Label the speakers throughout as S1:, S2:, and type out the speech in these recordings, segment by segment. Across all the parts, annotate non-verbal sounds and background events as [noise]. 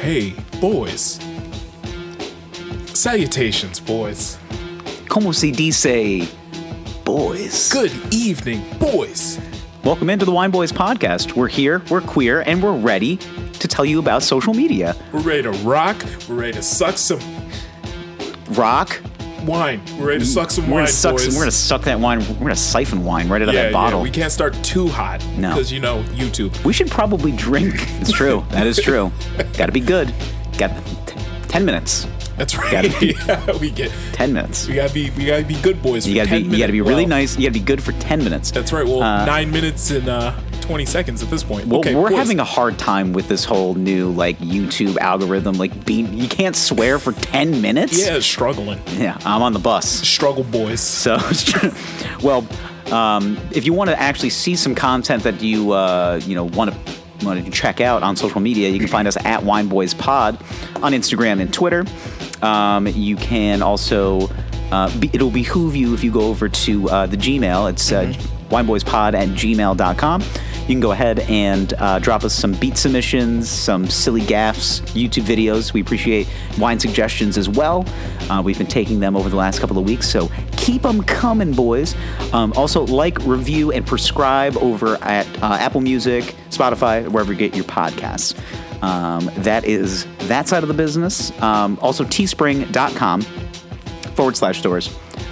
S1: Hey, boys. Salutations, boys.
S2: Como se dice, boys?
S1: Good evening, boys.
S2: Welcome into the Wine Boys podcast. We're here, we're queer, and we're ready to tell you about social media.
S1: We're ready to rock. We're ready to suck some
S2: Rock.
S1: wine. We're ready to suck some
S2: We're
S1: wine,
S2: gonna suck.
S1: boys.
S2: Some, we're gonna suck that wine. We're gonna siphon wine right out of
S1: yeah,
S2: that bottle.
S1: yeah, we can't start too hot.
S2: No.
S1: Because, you know, YouTube.
S2: We should
S1: [laughs]
S2: probably drink. It's true. that is true. Got to be good. Got t- ten minutes.
S1: That's
S2: Gotta
S1: right.
S2: be-
S1: [laughs] yeah, we get.
S2: Ten minutes.
S1: We gotta be. We gotta be good boys.
S2: You
S1: for
S2: gotta be.
S1: 10
S2: You gotta be
S1: minute-
S2: really
S1: well,
S2: nice. You gotta be good for ten minutes.
S1: That's right. Well,
S2: Uh,
S1: nine minutes and uh, twenty seconds at this point.
S2: Well,
S1: okay,
S2: we're
S1: boys.
S2: having a hard time with this whole new like YouTube algorithm. Like, being, you can't swear for ten minutes.
S1: Yeah, struggling.
S2: [laughs] Yeah, I'm on the bus.
S1: Struggle boys.
S2: So, [laughs] well, um, if you want to actually see some content that you uh, you know want to want to check out on social media, you can find us at Wine Boys Pod on Instagram and Twitter. Um, you can also uh, be, it'll behoove you if you go over to uh, the Gmail. It's uh, wineboyspod at gmail.com. You can go ahead and uh, drop us some beat submissions, some silly gaffs, YouTube videos. We appreciate wine suggestions as well. Uh, we've been taking them over the last couple of weeks, so keep them coming, boys. Um, also, like, review, and prescribe over at uh, Apple Music, Spotify, wherever you get your podcasts. Um, that is that side of the business. Um, also, teespring.com forward slash stores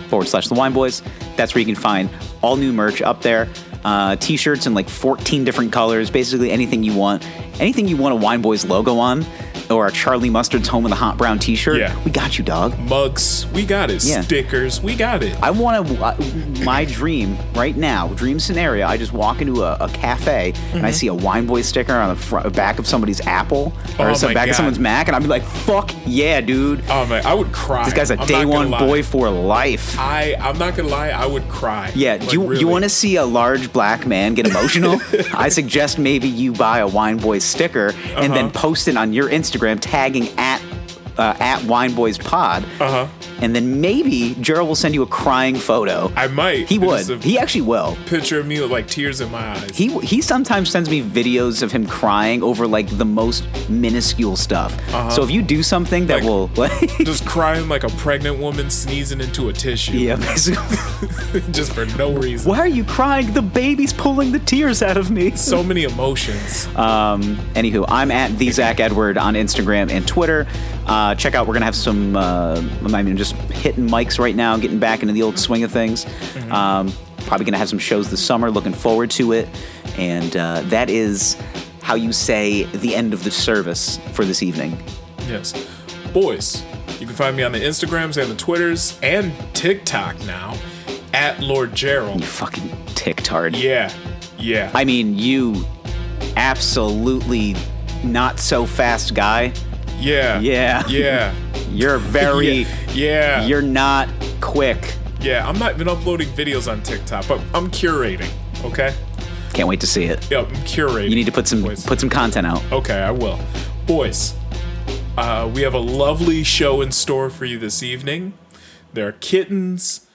S2: forward slash the wine boys that's where you can find all new merch up there uh, t-shirts in like 14 different colors basically anything you want anything you want a wine boys logo on or a charlie mustard's home in the hot brown t-shirt
S1: Yeah.
S2: we got you dog
S1: Mugs. We got it.
S2: Yeah.
S1: Stickers. We got it.
S2: i want to uh, my dream right now dream scenario i just walk into a, a cafe and i
S1: Mm-hmm.
S2: see a wine boys sticker on the front back of somebody's apple or
S1: Oh
S2: some
S1: my
S2: back
S1: God.
S2: of someone's mac and i'd be like fuck yeah dude
S1: Oh man, I would cry.
S2: this guy's a
S1: I'm
S2: day
S1: not gonna
S2: one
S1: lie.
S2: boy for life
S1: I I'm not gonna lie, I would cry.
S2: Yeah,
S1: Like,
S2: do you,
S1: really.
S2: you want to see a large black man get
S1: [laughs]
S2: emotional? I suggest maybe you buy a Wine Boys sticker and then
S1: Uh-huh.
S2: post it on your Instagram, tagging at uh, at Wine Boys Pod,
S1: Uh-huh.
S2: and then maybe Gerald will send you a crying photo.
S1: I might.
S2: he would.
S1: There's a
S2: he actually will.
S1: picture of me with like tears in my eyes.
S2: He he sometimes sends me videos of him crying over like the most minuscule stuff. So if you do something that
S1: Uh-huh. Like- [laughs]
S2: will, [laughs]
S1: just crying like a pregnant woman sneezing into a tissue.
S2: yeah, basically.
S1: [laughs] just for no reason.
S2: Why are you crying? The baby's pulling the tears out of me.
S1: So many emotions.
S2: Um, anywho, I'm at the Zach Edward on Instagram and Twitter. Uh, check out, we're gonna have some. Uh, I mean, just hitting mics right now, getting back into the old swing of things. Um, probably gonna have some shows this summer. Looking forward to it. And uh, that is how you say the end of the service for this evening.
S1: yes. Boys, you can find me on the Instagrams and the Twitters and TikTok now at Lord Gerald.
S2: You fucking ticktard.
S1: Yeah. Yeah.
S2: I mean, you absolutely not so fast guy.
S1: yeah.
S2: Yeah. [laughs]
S1: Yeah.
S2: You're very.
S1: [laughs] yeah.
S2: You're not quick.
S1: Yeah, I'm not even uploading videos on TikTok, but I'm curating. Okay.
S2: Can't wait to see it.
S1: Yeah, I'm curating.
S2: You need to put some
S1: Boys.
S2: put some content out.
S1: Okay, I will. Boys, uh, we have a lovely show in store for you this evening. There are kittens,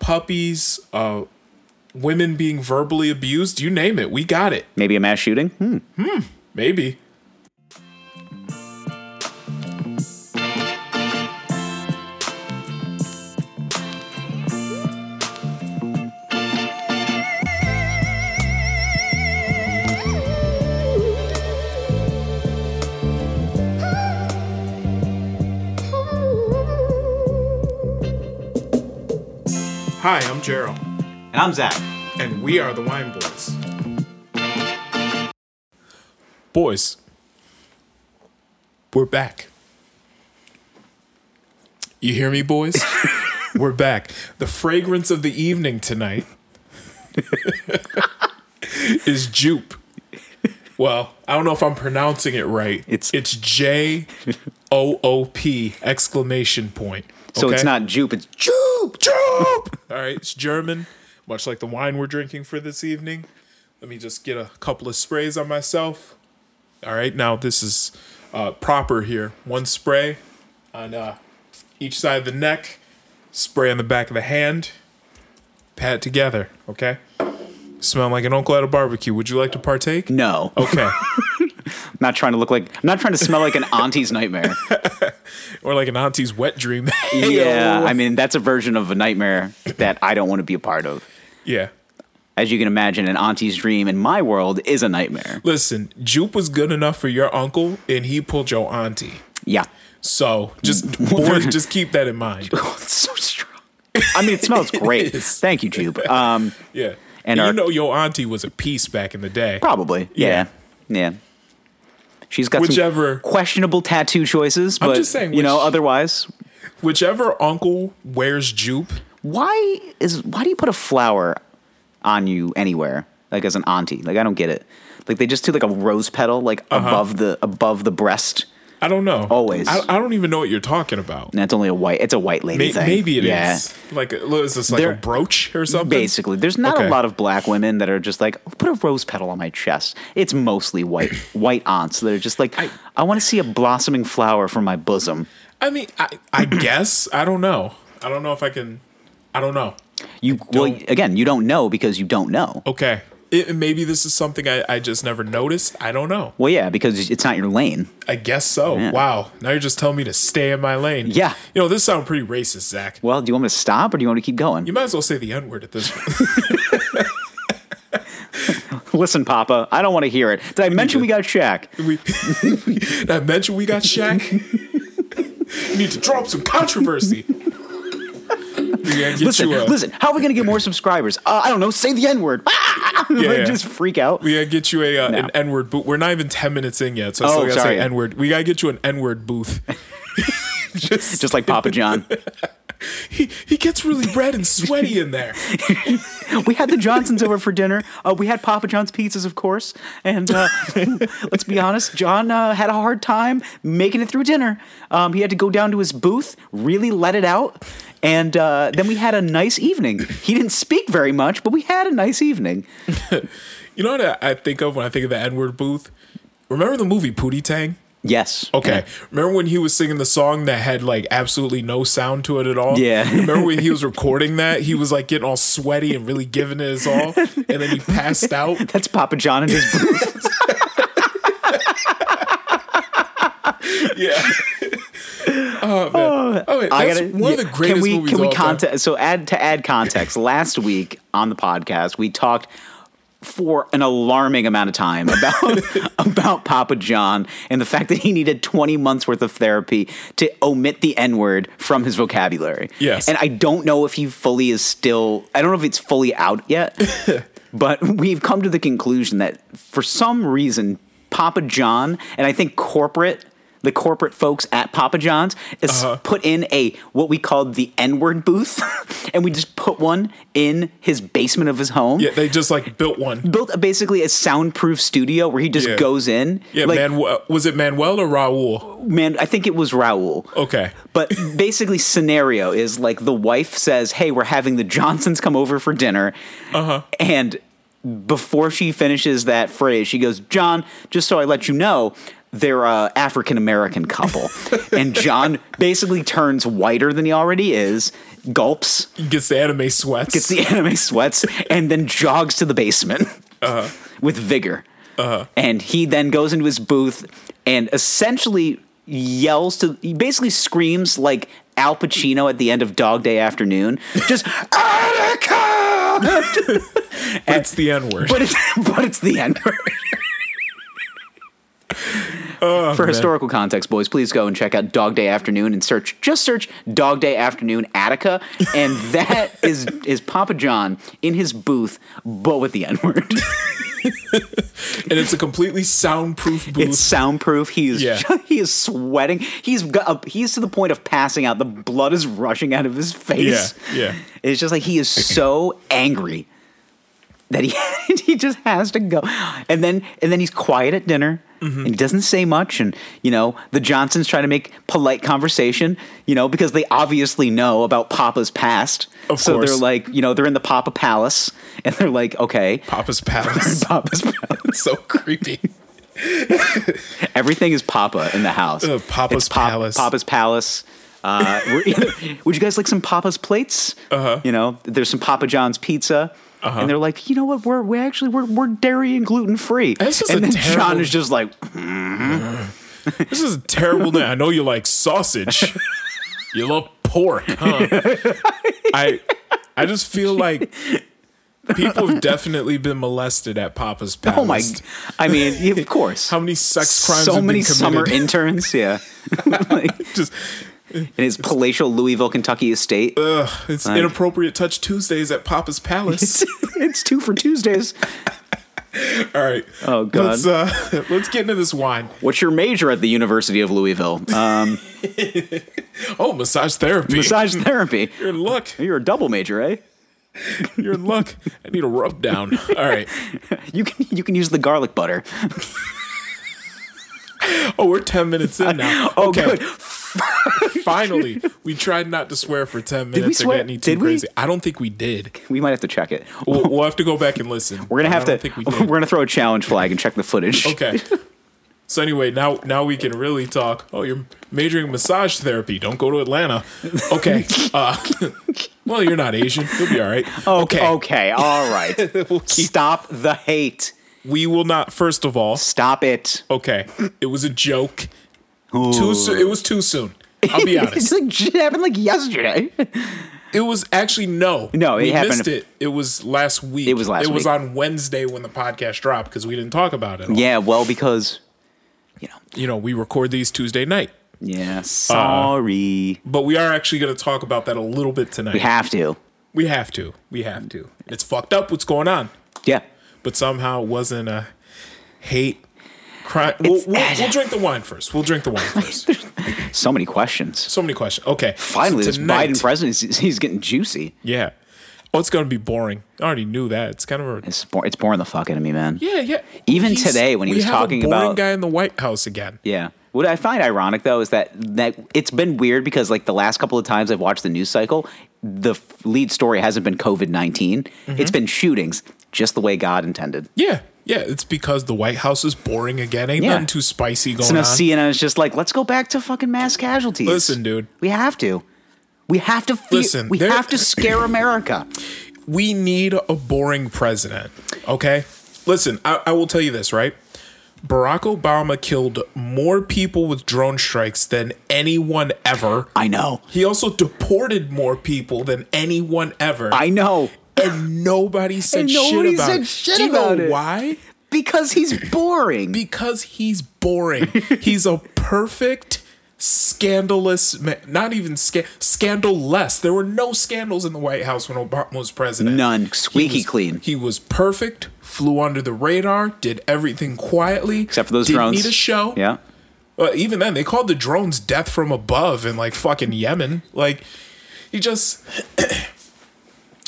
S1: puppies, uh, women being verbally abused. You name it, we got it.
S2: Maybe a mass shooting. Hmm.
S1: Maybe. Hi, I'm Gerald,
S2: And I'm Zach.
S1: and we are the Wine Boys. Boys, we're back. You hear me,
S2: [laughs]
S1: boys? we're back. The fragrance of the evening
S2: [laughs]
S1: tonight is jupe. Well, I don't know if I'm pronouncing it right.
S2: It's-
S1: it's J O O P exclamation point.
S2: So it's
S1: okay?
S2: not Jupe. It's Ju-
S1: Joop, Joop. [laughs] All right, it's German, much like the wine we're drinking for this evening. Let me just get a couple of sprays on myself. All right, now this is uh, proper here. One spray on uh, each side of the neck, spray on the back of the hand, pat together, Oh. okay? Smell like an uncle at a barbecue. Would you like to partake?
S2: no.
S1: Okay.
S2: not trying to look like I'm not trying to smell
S1: [laughs]
S2: like an auntie's nightmare.
S1: or like an auntie's wet dream. [laughs]
S2: yeah, I mean that's a version of a nightmare that I don't want to be a part of.
S1: yeah.
S2: As you can imagine, an auntie's dream in my world is a nightmare.
S1: Listen, Jupe was good enough for your uncle, and he pulled your auntie.
S2: Yeah,
S1: So
S2: [laughs]
S1: just boy, just keep that in mind.
S2: it's so strong. I mean, it
S1: [laughs]
S2: smells great.
S1: is.
S2: Thank
S1: [laughs]
S2: you, Jube. Um,
S1: Yeah. And
S2: And
S1: you
S2: our-
S1: know your auntie was a piece back in the day.
S2: probably. Yeah, yeah. She's got
S1: Whichever-
S2: some questionable tattoo choices, but
S1: just saying
S2: you know,
S1: which-
S2: otherwise,
S1: Whichever uncle wears jupe,
S2: why is why do you put a flower on you anywhere like as an auntie like i don't get it like they just do like a rose petal like
S1: Uh-huh.
S2: above the above the breast
S1: I don't know.
S2: Always.
S1: I, I don't even know what you're talking about.
S2: and that's only a white it's a white lady
S1: May,
S2: thing
S1: maybe it is
S2: yeah
S1: like what is this like
S2: There-
S1: a brooch or something?
S2: basically there's not
S1: Okay.
S2: a lot of black women that are just like "Oh, put a rose petal on my chest it's
S1: [coughs]
S2: mostly white white aunts that are just like i, want to see a blossoming flower from my bosom
S1: I mean, I,
S2: [clears throat]
S1: I guess I don't know. I don't know if I can. I Oh. don't know.
S2: you well again you don't know because you don't know
S1: Okay, it, maybe this is something I, I just never noticed. I don't know.
S2: well yeah because it's not your lane
S1: I guess so. Wow. Now you're just telling me to stay in my lane.
S2: Yeah.
S1: You know this sounds pretty racist, Zach.
S2: well do you want me to stop or do you want me to keep going
S1: You might as well say the N word at this point.
S2: [laughs] Listen, Papa, I don't want to hear it. Did I mention we got Shaq?
S1: we [laughs] Did I mentioned we got Shaq. you need to drop some controversy. we gotta get
S2: Listen,
S1: you a,
S2: listen. How are we gonna get more subscribers? Uh, I don't know. Say the N [laughs] word.
S1: yeah.
S2: Just freak out.
S1: We gotta get you a uh, an
S2: No.
S1: N word booth. We're not even ten minutes in yet, so I
S2: Oh,
S1: still gotta
S2: sorry.
S1: say N word. We gotta get you an N word booth. just,
S2: Just like
S1: [laughs]
S2: Papa John.
S1: he, he gets really red and sweaty in there.
S2: we had the Johnsons over for dinner. Uh, we had Papa John's pizzas, of course. And uh, [laughs] let's be honest, John uh, had a hard time making it through dinner. Um, he had to go down to his booth, really let it out. And uh, then we had a nice evening. He didn't speak very much, but we had a nice evening.
S1: You know what I, I think of when I think of the N word booth? Remember the movie Pootie Tang?
S2: Yes.
S1: Okay. Remember when he was singing the song that had like absolutely no sound to it at all?
S2: Yeah.
S1: Remember when
S2: [laughs]
S1: he was recording that? He was like getting all sweaty and really giving it his all, and then he passed
S2: [laughs]
S1: out.
S2: That's Papa John and his
S1: [laughs]
S2: booth.
S1: [laughs] Yeah. oh man. Oh, wait, that's
S2: I gotta-
S1: one of the
S2: yeah,
S1: greatest
S2: can we,
S1: movies
S2: Can
S1: of
S2: we
S1: all time.
S2: context? So add to add context. last week on the podcast, we talked for an alarming amount of time about [laughs] about Papa John and the fact that he needed 20 months worth of therapy to omit the N word from his vocabulary.
S1: Yes.
S2: and I don't know if he fully is still. I don't know if it's fully out
S1: [laughs]
S2: yet. but we've come to the conclusion that for some reason, Papa John and I think corporate. The corporate folks at Papa John's is
S1: Uh-huh.
S2: put in a what we called the N word booth, [laughs] and we just put one in his basement of his home.
S1: Yeah, they just like built one.
S2: Built a, basically a soundproof studio where he just
S1: Yeah.
S2: goes in.
S1: Yeah,
S2: like,
S1: Manuel was it Manuel or Raul?
S2: man, I think it was Raul.
S1: Okay.
S2: But basically, scenario is like the wife says, "Hey, we're having the Johnsons come over for dinner," and before she finishes that phrase, she goes, "John, just so I let you know." They're a African American couple, and John basically turns whiter than he already is, gulps,
S1: He gets the anime sweats.
S2: gets the [laughs] anime sweats, and then jogs to the basement [laughs] with vigor. And he then goes into his booth and essentially yells to, he basically screams like Al Pacino at the end of Dog Day Afternoon, just [laughs] Attica!
S1: it's the N word.
S2: but it's [laughs] but it's the end. For historical context, boys, please go and check out Dog Day Afternoon and search just search Dog Day Afternoon Attica, and that is is Papa John in his booth, but with the N word.
S1: And it's a completely soundproof booth.
S2: It's soundproof. He is
S1: Yeah.
S2: [laughs] he is sweating. He's got up, he's to the point of passing out. The blood is rushing out of his face.
S1: Yeah, yeah.
S2: It's just like he is so angry that he he [laughs] just has to go. And then and then he's quiet at dinner.
S1: Mm-hmm.
S2: And he doesn't say much, and you know the Johnsons try to make polite conversation, you know, because they obviously know about Papa's past.
S1: Of
S2: so they're
S1: course.
S2: like, you know, they're in the Papa Palace, and they're like, okay,
S1: Papa's palace.
S2: [laughs] Papa's palace.
S1: [laughs] It's so creepy.
S2: Everything is Papa in the house.
S1: Uh, Papa's
S2: It's Pop-
S1: Palace.
S2: Papa's Palace. [laughs] Uh, we're- would you guys like some Papa's plates? Uh-huh. You know, there's some Papa John's pizza. and they're like, you know what? We're we actually we're we're dairy and gluten free.
S1: This is a
S2: and then John
S1: terrible-
S2: is just like,
S1: This is a terrible name. I know you like sausage.
S2: [laughs]
S1: you love pork, huh? I I just feel like people have definitely been molested at Papa's Palace.
S2: oh my! I mean, yeah, of
S1: [laughs]
S2: course.
S1: How many sex crimes
S2: so
S1: have
S2: many
S1: been
S2: summer
S1: committed?
S2: interns,
S1: [laughs]
S2: yeah. [laughs] Like,
S1: Just
S2: in his palatial Louisville, Kentucky estate.
S1: ugh, it's inappropriate touch Tuesdays at Papa's
S2: [laughs]
S1: Palace.
S2: it's two for Tuesdays.
S1: All right.
S2: Oh, God.
S1: Let's uh, [laughs] let's get into this wine.
S2: What's your major at the University of Louisville?
S1: [laughs]
S2: Um,
S1: Oh, massage therapy.
S2: massage therapy.
S1: You're in luck.
S2: You're a double major, eh?
S1: You're in luck. I need a rub down. All right.
S2: You can you can use the garlic butter.
S1: Oh, we're 10 minutes in now.
S2: [laughs] Oh,
S1: okay.
S2: good.
S1: [laughs] Finally, we tried not to swear for 10
S2: we
S1: minutes or
S2: swear?
S1: get any too
S2: Did we?
S1: crazy. I don't think we did.
S2: We might have to check it.
S1: We'll, we'll have to go back and listen.
S2: [laughs] We're gonna
S1: I
S2: have to.
S1: don't think we
S2: we are
S1: did.
S2: gonna throw a challenge flag and check the footage.
S1: Okay. So anyway, now now we can really talk. Oh, you're majoring in massage therapy. Don't go to Atlanta.
S2: [laughs]
S1: Okay. Uh, [laughs] well, you're not Asian. You'll be all right.
S2: Oh, Okay. Okay. All
S1: [laughs]
S2: right. Stop the hate.
S1: We will not. First of all,
S2: Stop it.
S1: okay. It was a joke. Too soon. It was too soon. I'll be honest.
S2: [laughs] it's like it happened like yesterday. [laughs]
S1: It was actually no.
S2: No, it
S1: we
S2: happened-
S1: Missed it. It was last week. It
S2: was last
S1: It was
S2: week.
S1: on Wednesday when the podcast dropped because we didn't talk about it. all.
S2: Yeah. Well, because you know.
S1: You know, we record these Tuesday night, Uh,
S2: Yeah. Sorry.
S1: but we are actually going to talk about that a little bit tonight.
S2: we have to.
S1: we have to. We have to. It's fucked up what's going on,
S2: Yeah.
S1: but somehow it wasn't a hate crime. We'll,
S2: It's-
S1: we'll, we'll drink the wine first. We'll drink the
S2: [laughs]
S1: wine first.
S2: So many questions.
S1: so many questions. Okay.
S2: Finally,
S1: so
S2: this Biden presidency, [laughs] he's getting juicy.
S1: Yeah. Oh, it's going to be boring. I already knew that. It's kind of a.
S2: It's, bor- it's boring the fuck out of me, man.
S1: Yeah, yeah.
S2: Even today when he
S1: we
S2: was
S1: have a
S2: talking
S1: boring
S2: about-
S1: guy in the White House again.
S2: Yeah. What I find ironic though is that that it's been weird because like the last couple of times I've watched the news cycle, the f- lead story hasn't been COVID 19
S1: Mm-hmm.
S2: It's been shootings, just the way God intended.
S1: Yeah, yeah. It's because the White House is boring again. Ain't
S2: Yeah.
S1: nothing too spicy going
S2: So now
S1: on.
S2: CNN is just like, let's go back to fucking mass casualties.
S1: Listen, dude.
S2: we have to. We have to. Fe-
S1: Listen,
S2: we
S1: there-
S2: have to scare America.
S1: we need a boring president. Okay, listen. I, I will tell you this. Right, Barack Obama killed more people with drone strikes than anyone ever.
S2: I know.
S1: He also deported more people than anyone ever.
S2: I know.
S1: and nobody said
S2: And nobody
S1: shit about
S2: said
S1: it.
S2: shit
S1: Do you
S2: about
S1: know
S2: it.
S1: why?
S2: Because he's boring.
S1: because he's
S2: [laughs]
S1: boring. he's a perfect scandalous man. Not even sca- scandalless. There were no scandals in the White House when Obama was president.
S2: None. Squeaky
S1: He was-
S2: clean.
S1: He was perfect. Flew under the radar. Did everything quietly.
S2: Except for those
S1: didn't
S2: drones.
S1: Need a show.
S2: Yeah.
S1: Uh, even then, they called the drones "death from above" in like fucking Yemen. Like he just. [clears throat]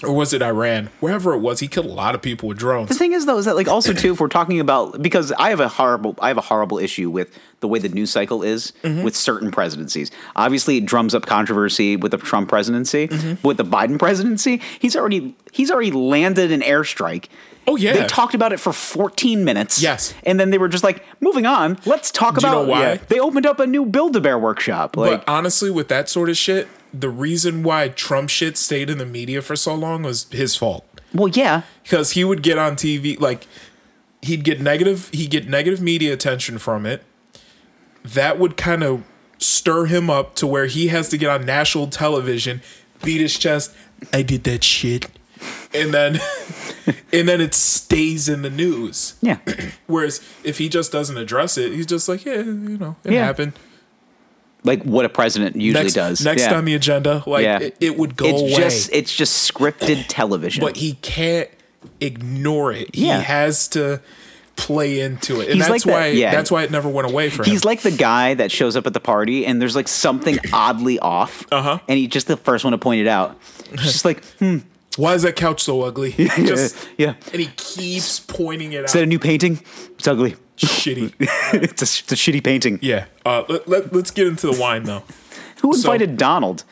S1: Or was it Iran? Wherever it was, he killed a lot of people with drones.
S2: The thing is, though, is that like also too, if we're talking about because I have a horrible, I have a horrible issue with the way the news cycle is
S1: Mm-hmm.
S2: with certain presidencies. Obviously, it drums up controversy with the Trump presidency, but
S1: Mm-hmm.
S2: with the Biden presidency, he's already he's already landed an airstrike.
S1: Oh, yeah.
S2: they talked about it for 14 minutes.
S1: Yes.
S2: and then they were just like, moving on. Let's talk
S1: you
S2: about
S1: know why?
S2: they opened up a new Build a Bear workshop. Like,
S1: but honestly, with that sort of shit, the reason why Trump shit stayed in the media for so long was his fault
S2: well, yeah,
S1: because he would get on TV like he'd get negative he'd get negative media attention from it. That would kind of stir him up to where he has to get on national television, beat his chest. I did that shit, and then [laughs] and then it stays in the news.
S2: yeah,
S1: Whereas if he just doesn't address it, he's just like, yeah, you know, it
S2: Yeah.
S1: happened.
S2: like what a president usually
S1: next,
S2: does.
S1: Next
S2: yeah.
S1: on the agenda, like
S2: Yeah.
S1: it, it would go
S2: it's
S1: away.
S2: just it's just scripted television.
S1: but he can't ignore it.
S2: Yeah.
S1: He has to play into it, and
S2: He's
S1: that's
S2: like that-
S1: why
S2: yeah.
S1: that's why it never went away for
S2: He's
S1: him.
S2: like the guy that shows up at the party and there's
S1: [clears throat]
S2: like something oddly off.
S1: Uh-huh.
S2: And he just the first one to point it out. He's just like, hmm,
S1: why is that couch so
S2: [laughs]
S1: ugly? [laughs] just
S2: yeah.
S1: and he keeps pointing it
S2: is that a
S1: out.
S2: new painting?
S1: [laughs]
S2: It's ugly. [laughs]
S1: Shitty.
S2: it's, a, sh- it's a shitty painting.
S1: Yeah. Uh, let, let, let's get into the wine
S2: [laughs]
S1: though.
S2: Who invited
S1: [laughs]
S2: Donald?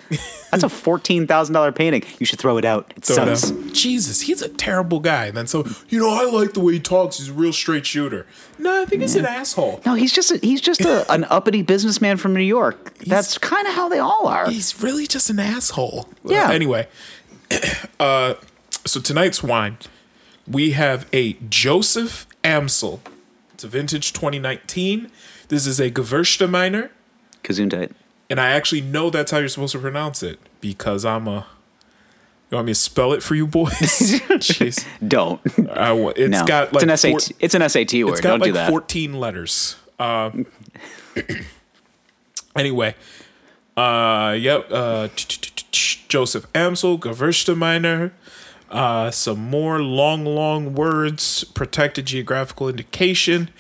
S2: That's a fourteen thousand dollar painting. You should throw it out. It
S1: Throw it
S2: sucks.
S1: out. Jesus, he's a terrible guy. And then so you know, I like the way he talks. He's a real straight shooter. No, I think he's an asshole.
S2: No, he's just a, he's
S1: [laughs]
S2: just a, an uppity businessman from New York. That's kind of how they all are.
S1: He's really just an asshole.
S2: Yeah.
S1: anyway, [clears throat] uh, So tonight's wine, we have a Joseph Amsel. It's a vintage 2019. This is a Gewürztraminer,
S2: Gesundheit.
S1: and I actually know that's how you're supposed to pronounce it because I'm a. You want me to spell it for you,
S2: [laughs]
S1: boys? Jeez,
S2: Don't.
S1: I want. [laughs] It's
S2: no.
S1: got like
S2: it's an
S1: four-
S2: SAT. it's an SAT word.
S1: it's got
S2: Don't
S1: like
S2: do that.
S1: 14 letters. Um, [clears throat] anyway, uh, yep. Uh, Joseph Amsel, Gewürztraminer, uh, some more long, long words, protected geographical indication.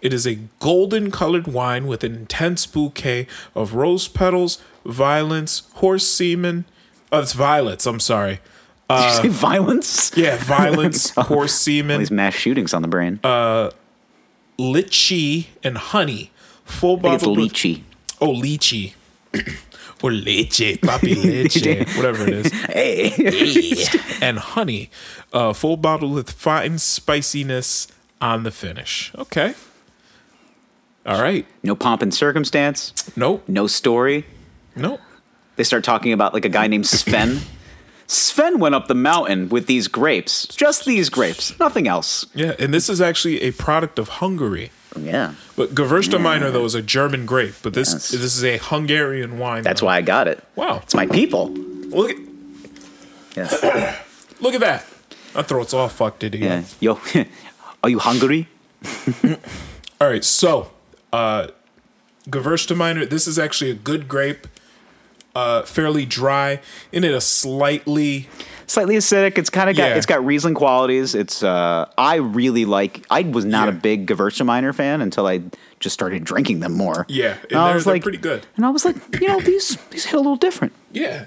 S1: It is a golden colored wine with an intense bouquet of rose petals, violets, horse semen. Oh, it's violets. I'm sorry.
S2: Did you say violence?
S1: uh, Yeah,
S2: [laughs]
S1: violets, horse semen.
S2: These mass shootings on the brain.
S1: lychee and honey. Full
S2: I think it's
S1: bottle.
S2: lychee.
S1: Oh, lychee. [clears throat] or leche,
S2: [laughs]
S1: papi leche, whatever it is. Hey. and honey. Uh, full bottle with fine spiciness on the finish. Okay. All right.
S2: No pomp and circumstance.
S1: Nope.
S2: No story.
S1: Nope.
S2: They start talking about like a guy named Sven. Sven went up the mountain with these grapes. Just these grapes. Nothing else.
S1: Yeah. And this is actually a product of Hungary.
S2: Yeah.
S1: But Gewürztraminer, though, is a German grape. But this
S2: Mm. Yes.
S1: this is a Hungarian wine.
S2: That's why I got it.
S1: Wow.
S2: It's my people.
S1: Look at,
S2: Yes.
S1: look at that. My throat's all fucked, idiot.
S2: [laughs] Yeah. Yo, [laughs] are you hungry?
S1: All right, so uh, Gewürztraminer. This is actually a good grape, uh, fairly dry, in it a slightly
S2: Slightly acidic. It's kind of got
S1: Yeah.
S2: it's got Riesling qualities. It's uh I really like. I was
S1: Yeah.
S2: not a big Gewürztraminer fan until I just started drinking them more.
S1: Yeah, and
S2: I
S1: they're-
S2: was
S1: they're pretty good.
S2: And I was like, you know, these these hit a little different.
S1: yeah.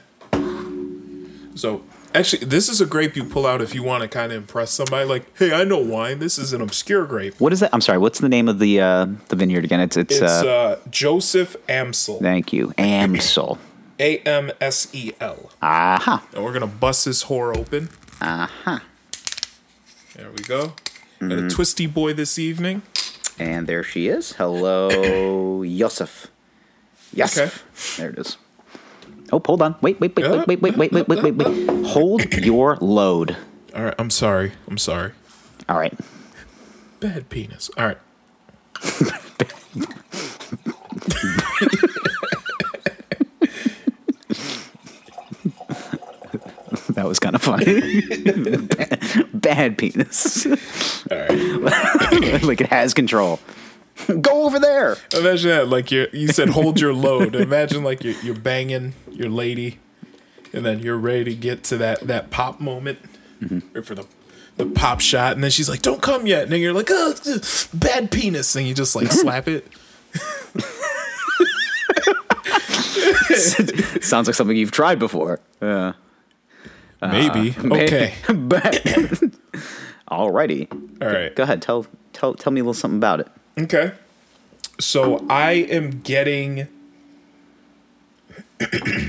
S1: So actually, this is a grape you pull out if you want to kind of impress somebody. Like, hey, I know wine. This is an obscure grape.
S2: What is that? I'm sorry. What's the name of the uh the vineyard again? It's it's,
S1: It's
S2: uh,
S1: uh, Joseph Amsel,
S2: thank you Amsel.
S1: A M S E L.
S2: Aha.
S1: And we're gonna bust this whore open. Uh
S2: Uh-huh.
S1: huh. There we go. Got
S2: Mm-hmm.
S1: a twisty boy this evening.
S2: And there she is. Hello, [coughs] Yosef. Yes.
S1: Okay.
S2: There it is. Oh, hold on. Wait, wait, wait, wait, wait, wait, wait, wait, wait, wait, wait. Hold your load.
S1: All right, I'm sorry. I'm sorry.
S2: All right. [laughs]
S1: Bad penis. All right.
S2: That was kind of funny. [laughs] bad, bad penis.
S1: All right.
S2: [laughs] like it has control. Go over there.
S1: Imagine that. Like you, you said, hold your load. Imagine like you're, you're banging your lady, and then you're ready to get to that that pop moment, or for the the pop shot, and then she's like, "Don't come yet," and then you're like, "Oh, ugh, bad penis," and you just [laughs] like slap it.
S2: Sounds like something you've tried before. Yeah.
S1: Uh, [laughs] Maybe. okay.
S2: [laughs] But- Alrighty.
S1: All right.
S2: Go ahead. Tell tell tell me a little something about it.
S1: Okay. So I am getting. [clears throat]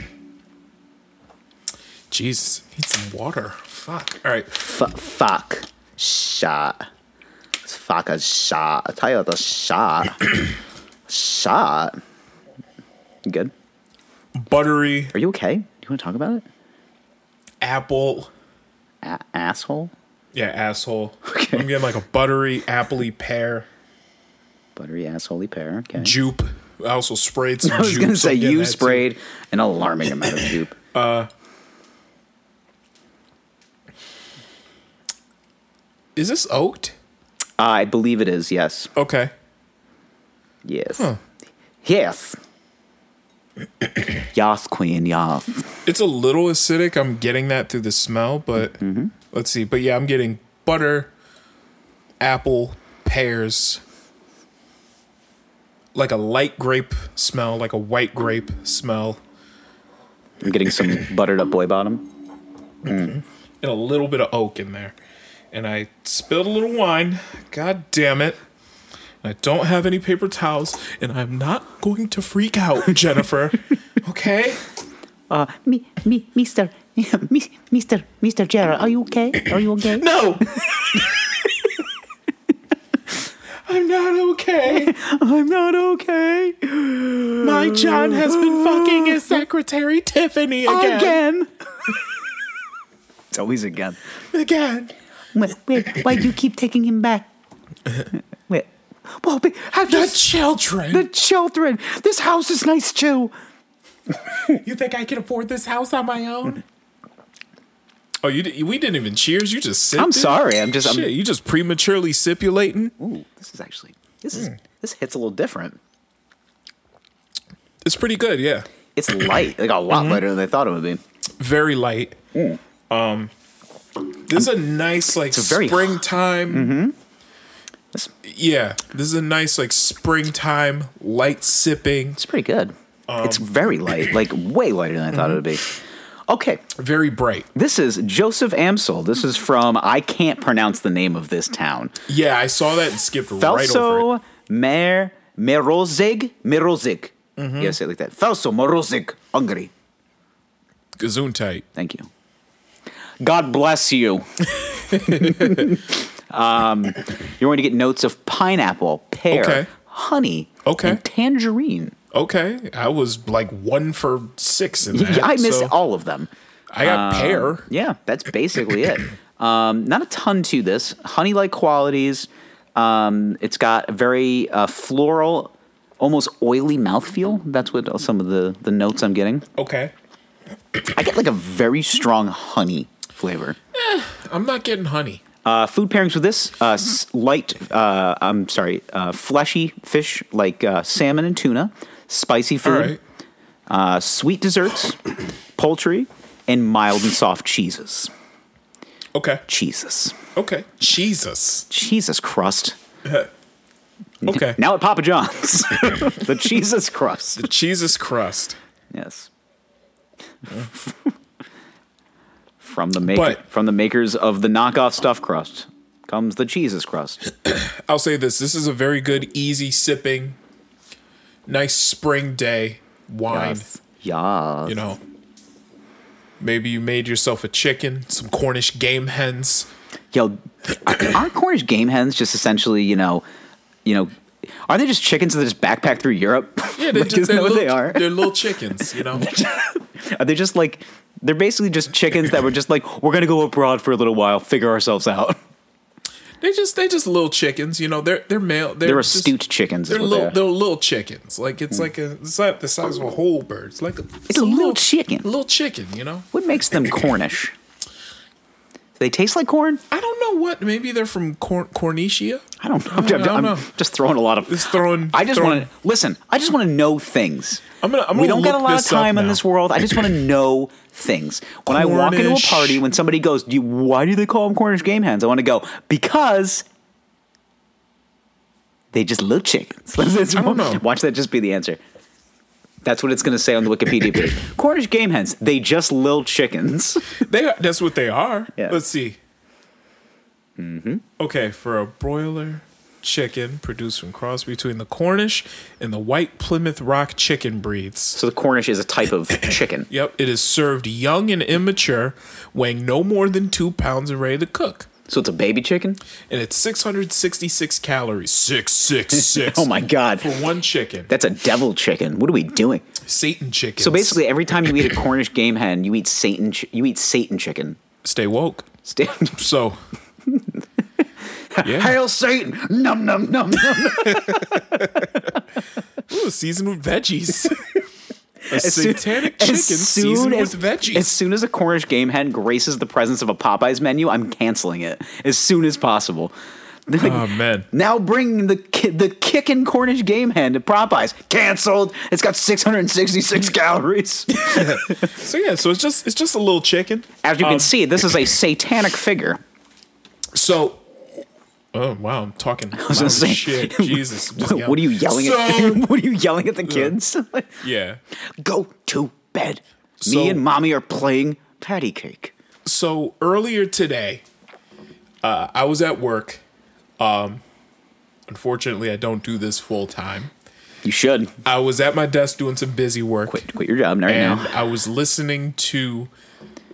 S1: Jesus, need some water. Fuck. All right.
S2: F- fuck. Shot. Fuck a shot. I tell you
S1: [clears throat]
S2: the shot. shot. You good?
S1: Buttery
S2: Are you okay? Do you want to talk about it?
S1: apple.
S2: A- asshole?
S1: Yeah, asshole. I'm getting like a buttery, appley pear.
S2: Buttery assholey pear. Okay.
S1: Jupe. I also sprayed some
S2: [laughs] I was
S1: jupe,
S2: going to
S1: so
S2: say
S1: I'm getting
S2: you
S1: that too.
S2: sprayed an alarming amount of
S1: [clears throat]
S2: jupe.
S1: Is this oaked?
S2: I believe it is, yes.
S1: Okay.
S2: Yes.
S1: Huh.
S2: Yes. yas, queen, yas.
S1: It's a little acidic. I'm getting that through the smell, but
S2: Mm-hmm.
S1: let's see. But yeah, I'm getting butter, apple, pears, like a light grape smell, like a white grape smell,
S2: I'm getting
S3: [laughs]
S2: some buttered up boy bottom.
S1: and a little bit of oak in there. And I spilled a little wine. God damn it. I don't have any paper towels, and I'm not going to freak out,
S2: [laughs]
S1: Jennifer. okay?
S3: Uh, me, me, Mister, [laughs] me, Mister, Mister Gerald, are you okay? Are you okay?
S1: No! [laughs] I'm not okay.
S2: I'm not okay.
S1: My John has been fucking his secretary Tiffany again.
S2: Again. It's always again.
S1: Again.
S3: Wait, wait, why do you keep taking him back?
S2: [laughs]
S3: Wait. Well, but have you
S1: The
S3: s-
S1: children.
S3: the children? This house is nice too.
S1: you think I can afford this house on my own? Oh, you di- we didn't even cheers. You just sipped.
S2: I'm
S1: it?
S2: sorry. I'm just. I'm,
S1: Shit, you just prematurely sipulating.
S2: ooh, this is actually. This
S1: Hmm.
S2: is. This hits a little different.
S1: It's pretty good, yeah.
S2: It's light. Like a lot
S1: Mm-hmm.
S2: lighter than I thought it would be.
S1: Very light. Um, this is a nice like
S2: a very- Mm-hmm.
S1: springtime.
S2: It's,
S1: Yeah, this is a nice like springtime light sipping,
S2: it's pretty good.
S1: Um,
S2: it's very
S1: [clears throat]
S2: light. Like way lighter than I thought it would be.
S1: Mm-hmm.
S2: Okay,
S1: very bright.
S2: this is Joseph Amsel. This is from I can't pronounce the name of this town.
S1: Yeah, I saw that and skipped right over it.
S2: Felso Mer Merozig Merozig.
S1: Mm-hmm.
S2: You gotta say it like that. Felso Merozig, Hungary.
S1: Gazuntite.
S2: Thank you. God bless you.
S1: [laughs]
S2: um, you're going to get notes of pineapple, pear,
S1: Okay.
S2: honey,
S1: Okay.
S2: and tangerine.
S1: Okay, I was like one for six in that.
S2: Yeah, I missed
S1: so
S2: all of them.
S1: I got pear.
S2: Yeah, that's basically it. Um, not a ton to this. Honey like qualities. Um, it's got a very uh, floral, almost oily mouthfeel. That's what some of the, the notes I'm getting.
S1: Okay,
S2: I get like a very strong honey flavor.
S1: I'm not getting honey.
S2: Uh, food pairings with this uh, s- light, uh, I'm sorry, uh, fleshy fish like uh, salmon and tuna, spicy
S1: All
S2: food,
S1: right,
S2: uh, sweet desserts, poultry, and mild and soft cheeses.
S1: okay,
S2: Cheeses.
S1: okay. Jesus.
S2: Jesus crust.
S1: Okay,
S2: Now at Papa John's, [laughs] the Jesus crust.
S1: Jesus crust.
S2: Yes. [laughs] from the maker,
S1: But-
S2: from the makers of the knockoff stuffed crust comes the Jesus crust.
S1: I'll say this: this is a very good, easy sipping, nice spring day wine.
S2: Yeah.
S1: You know, maybe you made yourself a chicken, some Cornish game hens.
S2: Yo, aren't Cornish game hens just essentially, you know, you know, are they just chickens that just backpack through Europe? [laughs]
S1: Yeah, they're,
S2: Like,
S1: just, they're
S2: isn't that what
S1: little,
S2: they are?
S1: They're little chickens, you
S2: [laughs]
S1: know.
S2: Are they just like they're basically just chickens that were just like we're gonna go abroad for a little while, figure ourselves out.
S1: they just they just little chickens, you know. They're they're male. They're,
S2: They're
S1: just-
S2: astute chickens. Is
S1: They're
S2: what
S1: little
S2: they are. Hmm.
S1: they're little chickens. Like it's like a it's not the size of a whole bird. It's like a
S2: It's a little chicken.
S1: Little chicken, you know.
S2: What makes them Cornish? Do they taste like corn?
S1: I don't know what. Maybe they're from Corn- Cornicia.
S2: I don't know. I'm,
S1: I don't
S2: I'm
S1: know.
S2: just throwing a lot of.
S1: Just throwing-
S2: I just
S1: throwing-
S2: want to listen. I just want to know things.
S1: I'm gonna- I'm
S2: we
S1: gonna
S2: don't got a
S1: look
S2: lot of
S1: this up
S2: time in
S1: now.
S2: this world. I
S1: [clears throat]
S2: just want to know things. When I walk into a
S1: Cornish.
S2: party, when somebody goes, do you, "Why do they call them Cornish game hens?" I want to go because they just look chickens. [laughs] I
S1: don't know.
S2: Watch that just be the answer. That's what it's going to say on the Wikipedia
S1: [coughs]
S2: page. Cornish game hens. They just little chickens.
S1: They are, that's what they are.
S2: Yeah.
S1: Let's see. Mm-hmm. Okay, for a broiler chicken produced from cross between the Cornish and the White Plymouth Rock chicken breeds.
S2: So the Cornish is a type of chicken.
S1: Yep, it is served young and immature, weighing no more than two pounds and ready to cook.
S2: So it's a baby chicken.
S1: And it's 666 calories.
S2: [laughs]
S1: 666.
S2: Oh my god.
S1: For one chicken.
S2: That's a devil chicken. What are we doing?
S1: Satan chicken.
S2: So basically, every time you eat a Cornish game hen, you eat Satan. Ch- you eat Satan chicken.
S1: stay woke.
S2: Stay-
S1: So. Yeah.
S2: [laughs] Hail Satan! Num num num num.
S1: Ooh, seasoned with
S2: [laughs]
S1: veggies. a
S2: soon-
S1: satanic
S2: as
S1: chicken
S2: soon
S1: seasoned
S2: as-
S1: with veggies.
S2: As soon as a Cornish game hen graces the presence of a Popeyes menu, I'm canceling it as soon as possible.
S1: oh man.
S2: Now bring the ki- the kicking Cornish game hen to Popeyes. Canceled. It's
S1: [laughs]
S2: got 666 calories.
S1: So yeah, so it's just it's just a little chicken.
S2: As you can see, this is a satanic figure.
S1: [laughs] So Oh wow, I'm
S2: [laughs]
S1: talking loud
S2: gonna
S1: as
S2: say, [laughs]
S1: shit. Jesus. I'm just
S2: What are you yelling
S1: So-
S2: at? [laughs] what are you yelling at the kids? [laughs]
S1: yeah.
S2: Go to bed.
S1: So-
S2: Me and mommy are playing patty cake.
S1: So earlier today, uh, I was at work. Um unfortunately I don't do this full time.
S2: You should
S1: I was at my desk doing some busy work.
S2: quit quit your job right
S1: and
S2: now.
S1: I was listening to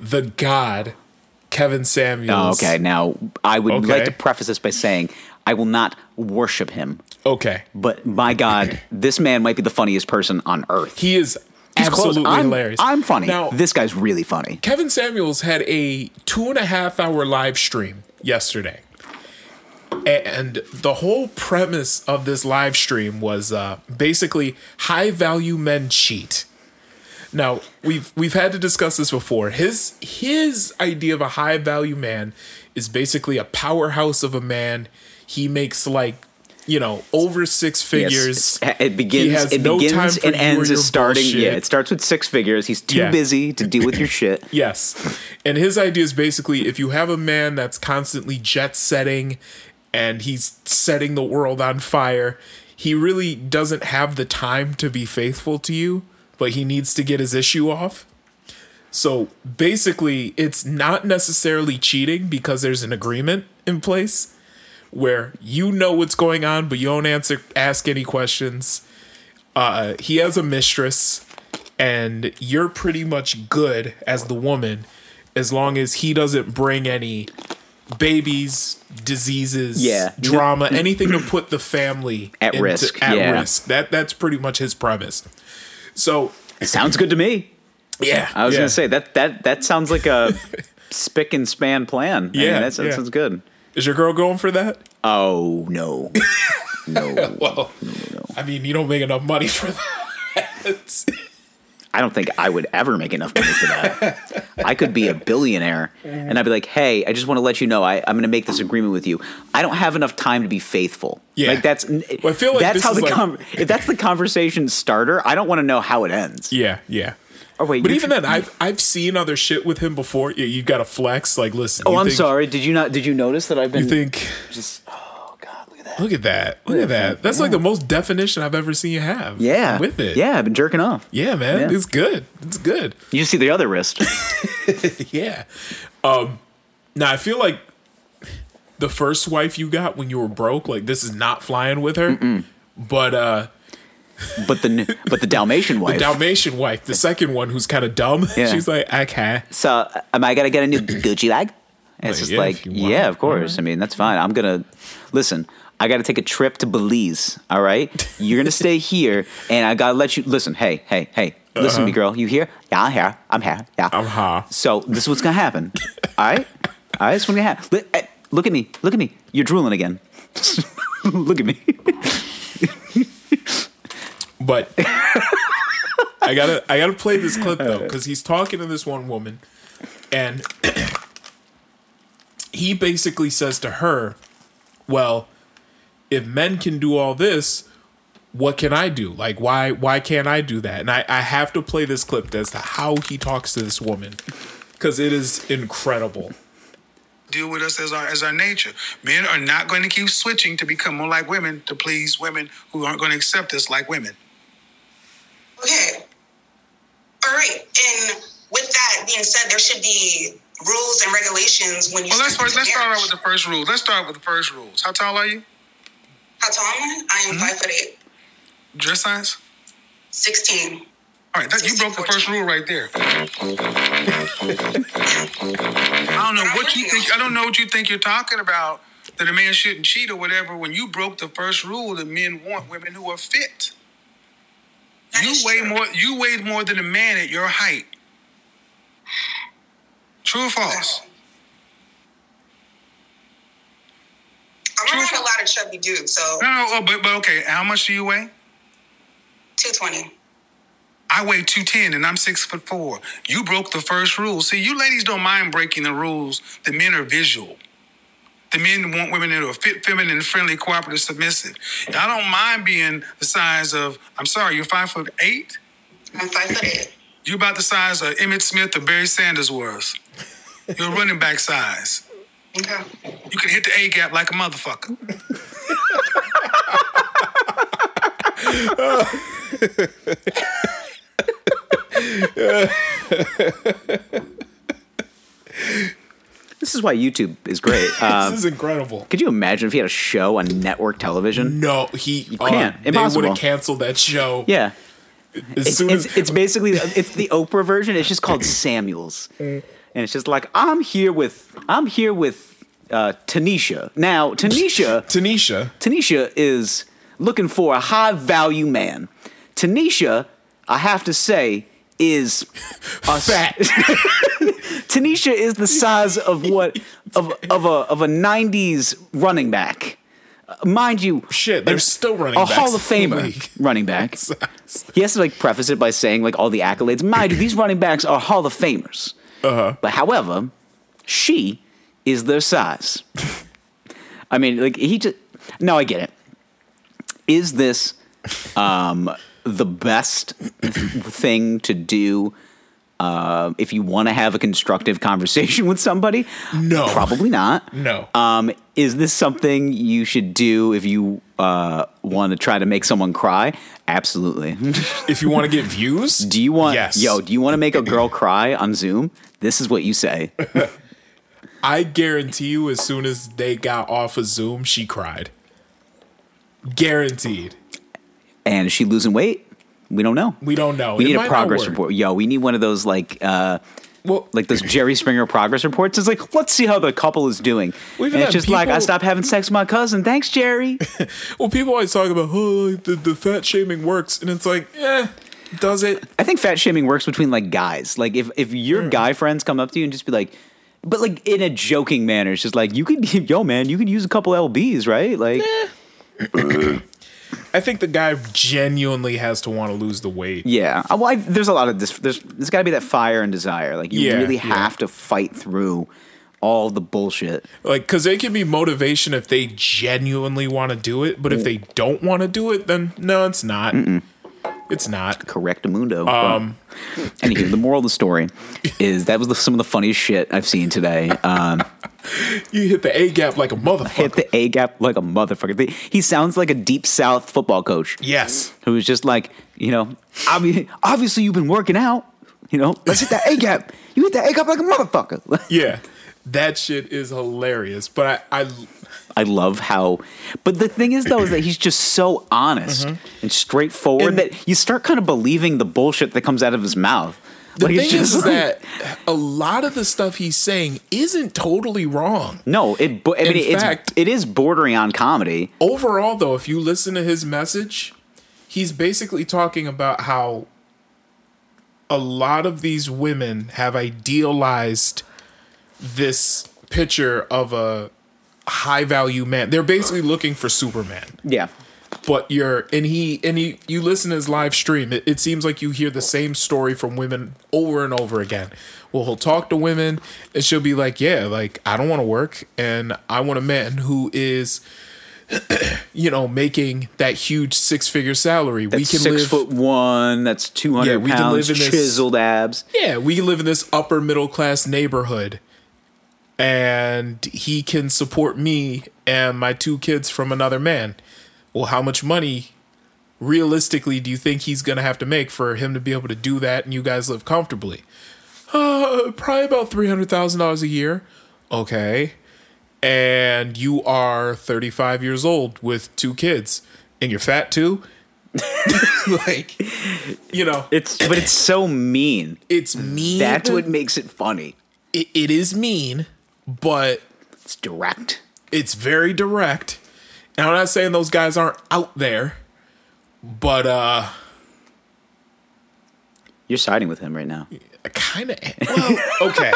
S1: the God, Kevin
S2: Oh,
S1: Samuels.
S2: okay, now I would like
S1: Okay.
S2: to preface this by saying I will not worship him,
S1: Okay.
S2: [clears throat] but my God, this man might be the funniest person on earth.
S1: He is
S2: He's close.
S1: absolutely
S2: I'm-
S1: hilarious.
S2: I'm funny.
S1: Now,
S2: this guy's really funny.
S1: Kevin Samuels had a two and a half hour live stream yesterday. And the whole premise of this live stream was uh, basically high value men cheat. Now we've we've had to discuss this before. His his idea of a high value man is basically a powerhouse of a man. He makes like you know over six
S2: Yes.
S1: figures.
S2: It's- It
S1: He
S2: begins.
S1: has
S2: It
S1: no time
S2: begins
S1: for
S2: and
S1: you or
S2: ends.
S1: your
S2: Is starting. Yeah,
S1: bullshit.
S2: it starts with six figures. He's too
S1: Yeah.
S2: busy to deal with
S1: [clears throat]
S2: your shit.
S1: Yes. And his idea is basically if you have a man that's constantly jet setting and he's setting the world on fire, he really doesn't have the time to be faithful to you, but he needs to get his issue off. So basically, it's not necessarily cheating because there's an agreement in place where you know what's going on, but you don't answer ask any questions. Uh, he has a mistress, and you're pretty much good as the woman as long as he doesn't bring any babies, diseases,
S2: Yeah.
S1: drama, anything to put the family
S2: [clears throat] At risk,
S1: At
S2: yeah.
S1: risk. That that's pretty much his premise. So
S2: Sounds good to me.
S1: yeah,
S2: I was
S1: yeah.
S2: gonna say that that that sounds
S1: [laughs]
S2: like a spick and span plan. I mean,
S1: Yeah,
S2: that sounds,
S1: yeah.
S2: sounds good.
S1: is your girl going for that?
S2: Oh
S1: [laughs]
S2: no, no.
S1: Well, I mean, you don't make enough money [laughs] for that.
S2: I don't think I would ever make enough money for that. I could be a billionaire and I'd be like, hey, I just want to let you know I, I'm going to make this agreement with you. I don't have enough time to be faithful.
S1: Yeah.
S2: Like that's,
S1: Well, I feel like
S2: that's
S1: this
S2: how
S1: is
S2: the,
S1: like-
S2: con- if that's the conversation starter, I don't want to know how it ends.
S1: yeah, yeah.
S2: Oh, wait,
S1: but
S2: you
S1: even
S2: tr-
S1: then, I've I've seen other shit with him before. You, you got to flex. Like, listen.
S2: Oh,
S1: you
S2: I'm
S1: think-
S2: sorry. Did you not, did you notice that I've been
S1: You think?
S2: just, oh God, look at that.
S1: Look at that. Look at that. That's like the most definition I've ever seen you have.
S2: Yeah.
S1: With it.
S2: Yeah. I've been jerking off.
S1: Yeah, man.
S2: Yeah.
S1: It's good. It's good. [laughs]
S2: You see the other wrist.
S1: Yeah. Um. Now I feel like the first wife you got when you were broke, like this is not flying with her. But uh,
S2: but the, n- but
S1: [laughs]
S2: the Dalmatian wife.
S1: Dalmatian wife, the second one who's kind of dumb. [laughs]
S2: Yeah.
S1: She's like, okay.
S2: so am I gonna get a new Gucci bag? And
S1: Like,
S2: it's just
S1: yeah,
S2: like,
S1: if you want.
S2: yeah, of course. I mean, that's fine. I'm gonna listen. I gotta take a trip to Belize. All right, you're
S1: [laughs]
S2: gonna stay here, and I gotta let you listen. Hey, hey, hey, listen to me, girl. You here? Yeah, I'm here. I'm here. Yeah,
S1: Uh-huh. I'm here.
S2: So this is what's gonna happen.
S1: [laughs]
S2: all right, all right. This is what's gonna happen. Look, eh, look at me. Look at me. You're drooling again. [laughs] look at me. [laughs]
S1: But [laughs] I gotta I gotta play this clip though, because he's talking to this one woman, and [clears throat] he basically says to her, Well, if men can do all this, what can I do? Like why why can't I do that? And I, I have to play this clip as to how he talks to this woman. Cause it is incredible.
S4: deal with us as our as our nature. Men are not going to keep switching to become more like women to please women who aren't going to accept us like women.
S5: Okay. All right. And with that being said, there should be rules and regulations when you.
S4: Well, let's
S5: step
S4: first, let's
S5: into
S4: start out
S5: marriage.
S4: with the first rules. Let's start with the first rules. How tall are you?
S5: How tall am I?
S4: Mm-hmm.
S5: I am five foot eight,
S4: Dress size.
S5: 16.
S4: All right, that, you broke the first rule right there. [laughs] I don't know what you think. I don't know what you think you're talking about. That a man shouldn't cheat or whatever. When you broke the first rule, that men want women who are fit.
S5: That
S4: You
S5: is
S4: weigh
S5: true.
S4: more. You weighed more than a man at your height. True or false?
S5: I'm around a lot of chubby dudes, so
S4: No, no, oh, but but okay. How much do you weigh?
S5: 220.
S4: I weigh two ten and I'm six foot four. You broke the first rule. See, you ladies don't mind breaking the rules. The men are visual. The men want women that are fit, feminine, friendly, cooperative, submissive. I don't mind being the size of. I'm sorry, you're five foot eight.
S5: I'm five foot eight.
S4: You about the size of Emmett Smith or Barry Sanders was. You're running back size.
S5: Okay.
S4: You can hit the A gap like a motherfucker.
S2: This is why YouTube is great. Uh,
S1: this is incredible.
S2: could you imagine if he had a show on network television?
S1: No, he you
S2: can't.
S1: they would
S2: Impossible.
S1: have canceled that show
S2: Yeah.
S1: as
S2: It's,
S1: soon
S2: it's,
S1: as
S2: it's basically it's the Oprah version. It's just called Samuels, and it's just like I'm here with I'm here with uh, Tanisha. Now Tanisha
S1: Tanisha. [laughs]
S2: Tanisha is looking for a high value man. Tanisha I have to say, is
S1: [laughs]
S2: a
S1: Fat.
S2: [laughs] Tanisha is the size of what of of a of a '90s running back. Uh, Mind you,
S1: Shit, there's still running
S2: a
S1: backs
S2: Hall of
S1: in the
S2: Famer
S1: league.
S2: running back. he has to like preface it by saying like all the accolades. Mind you, these running backs are Hall of Famers. Uh-huh. But however, she is
S1: [laughs]
S2: their size. I mean, like he just. No, I get it. Is this um, the best thing to do uh, if you want to have a constructive conversation with somebody?
S1: No.
S2: probably not.
S1: No.
S2: Um, is this something you should do if you uh, want to try to make someone cry? Absolutely. [laughs]
S1: if you want to get views,
S2: do you want?
S1: Yes.
S2: Yo, do you want to make a girl cry on Zoom? This is what you
S1: [laughs]
S2: say.
S1: I guarantee you, as soon as they got off of Zoom, she cried. Guaranteed.
S2: And is she losing weight? We don't know.
S1: We don't know.
S2: We
S1: It
S2: need
S1: might
S2: a
S1: not
S2: progress
S1: work.
S2: report. Yo, we need one of those like uh,
S1: Well,
S2: like those Jerry Springer progress reports. It's like, let's see how the couple is doing.
S1: Well, even
S2: and it's
S1: then,
S2: just like I
S1: people-
S2: stopped having sex with my cousin. Thanks,
S1: [laughs]
S2: Jerry.
S1: well, people always talk about oh, the the fat shaming works, and it's like, eh, does it?
S2: I think fat shaming works between like guys. Like if if your
S1: Mm.
S2: guy friends come up to you and just be like, but like in a joking manner, it's just like you could, [laughs] yo man, you could use a couple lbs, right? Like
S1: I think the guy genuinely has to want to lose the weight.
S2: yeah. Uh, Well, I, there's a lot of this. There's there's got to be that fire and desire. Like you
S1: Yeah,
S2: really
S1: yeah.
S2: have to fight through all the bullshit.
S1: Like, because it can be motivation if they genuinely want to do it, but if they don't want to do it, then no, it's not. It's not.
S2: Correct, Mundo. Um. Anywho, the moral of the story is that was the, some of the funniest shit I've seen [laughs] today. Um,
S1: You hit the A gap like a
S2: hit
S1: motherfucker.
S2: the A gap like a motherfucker. They- He sounds like a deep South football coach.
S1: Yes.
S2: who was just like, you know, obvi- obviously you've been working out. You know, let's hit that A gap. You hit that A gap like a motherfucker. [laughs]
S1: Yeah. That shit is hilarious. But I, I
S2: I love how, but the thing is though, is that he's just so honest and straightforward
S1: Mm-hmm. And-
S2: that you start kind of believing the bullshit that comes out of his mouth.
S1: the
S2: it's
S1: thing is,
S2: just
S1: is
S2: like-
S1: that a lot of the stuff he's saying isn't totally wrong.
S2: [laughs] no, it. bo- I mean,
S1: In
S2: it's
S1: fact-
S2: it is bordering on comedy.
S1: Overall, though, if you listen to his message, he's basically talking about how a lot of these women have idealized this picture of a high value man. They're basically looking for Superman.
S2: Yeah,
S1: but you're and he and he you listen to his live stream it, it seems like you hear the same story from women over and over again well he'll talk to women and she'll be like yeah like i don't want to work and i want a man who is [clears throat] you know making that huge six figure salary we
S2: that's
S1: can
S2: six
S1: live
S2: foot one. That's two hundred
S1: Yeah, we can
S2: pounds,
S1: live in this-
S2: chiseled abs.
S1: yeah we can live in this upper middle class neighborhood and he can support me and my two kids from another man well how much money realistically do you think he's going to have to make for him to be able to do that and you guys live comfortably? Uh, probably about $300,000 a year. Okay. And you are 35 years old with two kids and you're fat too? [laughs] like, you know,
S2: It's but it's so mean.
S1: it's mean.
S2: That's what makes it funny.
S1: it, it is mean, but
S2: It's direct.
S1: it's very direct. And I'm not saying those guys aren't out there, but uh
S2: You're siding with him right now.
S1: kind of
S2: [laughs]
S1: well okay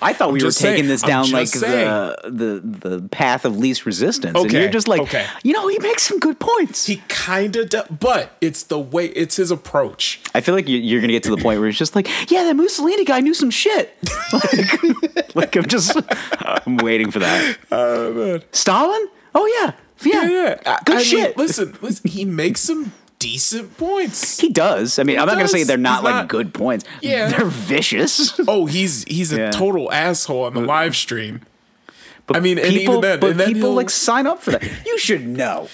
S2: I thought we were
S1: just
S2: taking
S1: saying.
S2: this
S1: I'm
S2: down
S1: just
S2: like
S1: saying.
S2: the the the path of least resistance, and
S1: Okay,
S2: you're just like,
S1: okay.
S2: you know, he makes some good points.
S1: he kind of does but it's the way it's his approach
S2: I feel like you- you're gonna get to the point where it's just like, yeah, that Mussolini guy knew some shit. [laughs] like, [laughs] like, I'm just, I'm waiting for that. Stalin? Oh yeah, yeah, Uh,
S1: I-
S2: good
S1: I mean,
S2: shit.
S1: listen listen he makes some decent points
S2: he does. I mean, I'm not gonna
S1: does.
S2: say they're not
S1: He's
S2: like
S1: not-
S2: good points.
S1: Yeah.
S2: they're vicious.
S1: oh he's he's a
S2: Yeah.
S1: total asshole on the live stream [laughs]
S2: But
S1: I mean, and even then-
S2: but
S1: and then
S2: people
S1: he'll-
S2: like sign up for that. You should know.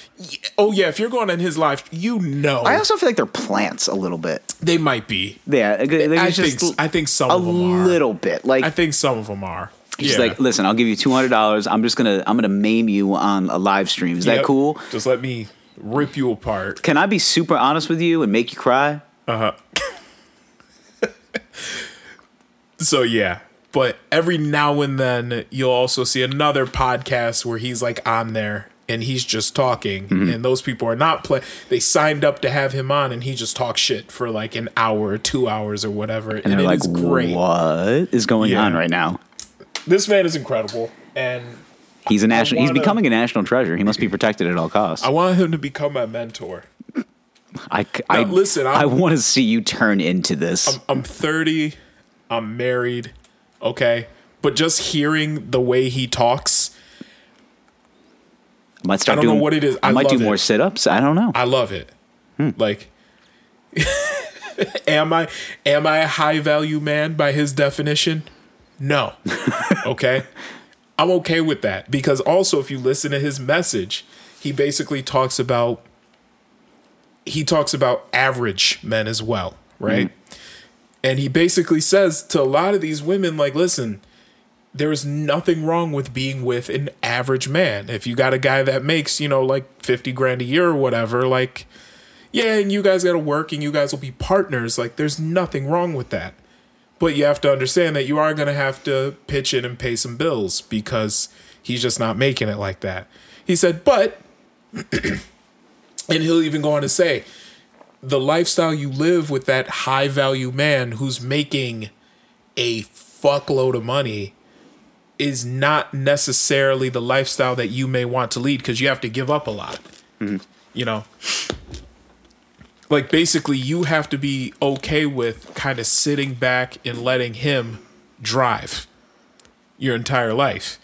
S1: oh yeah if you're going on his live you know
S2: I also feel like they're plants a little bit.
S1: they might be
S2: Yeah, like, like,
S1: i
S2: it's
S1: think
S2: just
S1: i think some
S2: a
S1: of them are
S2: little bit. Like
S1: i think some of them are
S2: he's like, listen, I'll give you two hundred dollars. I'm just gonna I'm gonna maim you on a live stream. Is that
S1: Yep.
S2: cool?
S1: just let me rip you apart
S2: Can I be super honest with you and make you cry?
S1: So yeah, but every now and then you'll also see another podcast where he's like on there and he's just talking
S2: Mm-hmm.
S1: and those people are not play they signed up to have him on and he just talks shit for like an hour or two hours or whatever and,
S2: And they're
S1: it
S2: like,
S1: is great
S2: what is going
S1: Yeah.
S2: on right now?
S1: this man is incredible and
S2: He's a national. He's
S1: wanna-
S2: becoming a national treasure. He must be protected at all costs.
S1: i want him to become my mentor
S2: I, I
S1: Now, listen, I'm-
S2: I want to see you turn into this.
S1: I'm 30. I'm married. Okay. But just hearing the way he talks,
S2: I might start
S1: I don't know
S2: doing
S1: what it is. I
S2: might do
S1: love
S2: more
S1: it.
S2: sit-ups. I don't know.
S1: I love it. Like, [laughs] am I am I a high value man by his definition? No. Okay. I'm okay with that because also if you listen to his message, he basically talks about he talks about average men as well, right? And he basically says to a lot of these women like, "Listen, there is nothing wrong with being with an average man. If you got a guy that makes, you know, like 50 grand a year or whatever, like, yeah, and you guys got to work and you guys will be partners. Like, there's nothing wrong with that. But you have to understand that you are going to have to pitch in and pay some bills because he's just not making it like that. He said, but, [clears throat] and he'll even go on to say, the lifestyle you live with that high value man who's making a fuckload of money is not necessarily the lifestyle that you may want to lead because you have to give up a lot. You know, like basically, you have to be okay with kind of sitting back and letting him drive your entire life.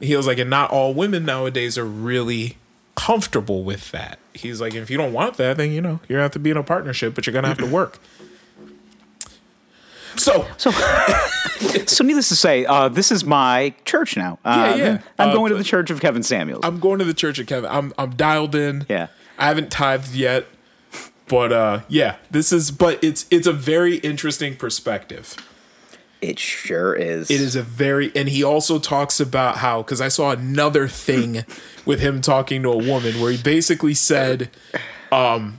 S1: He was like, and not all women nowadays are really comfortable with that. He's like, if you don't want that, then you know, you're gonna have to be in a partnership, but you're gonna have to work. So,
S2: So, so needless to say, uh, this is my church now. Uh,
S1: Yeah, yeah.
S2: I'm
S1: Uh,
S2: going to the church of Kevin Samuels.
S1: I'm going to the church of Kevin. I'm I'm dialed in.
S2: Yeah.
S1: I haven't tithed yet. But uh yeah, this is but it's it's a very interesting perspective.
S2: it sure is.
S1: It is a very and he also talks about how cuz I saw another thing with him talking to a woman where he basically said um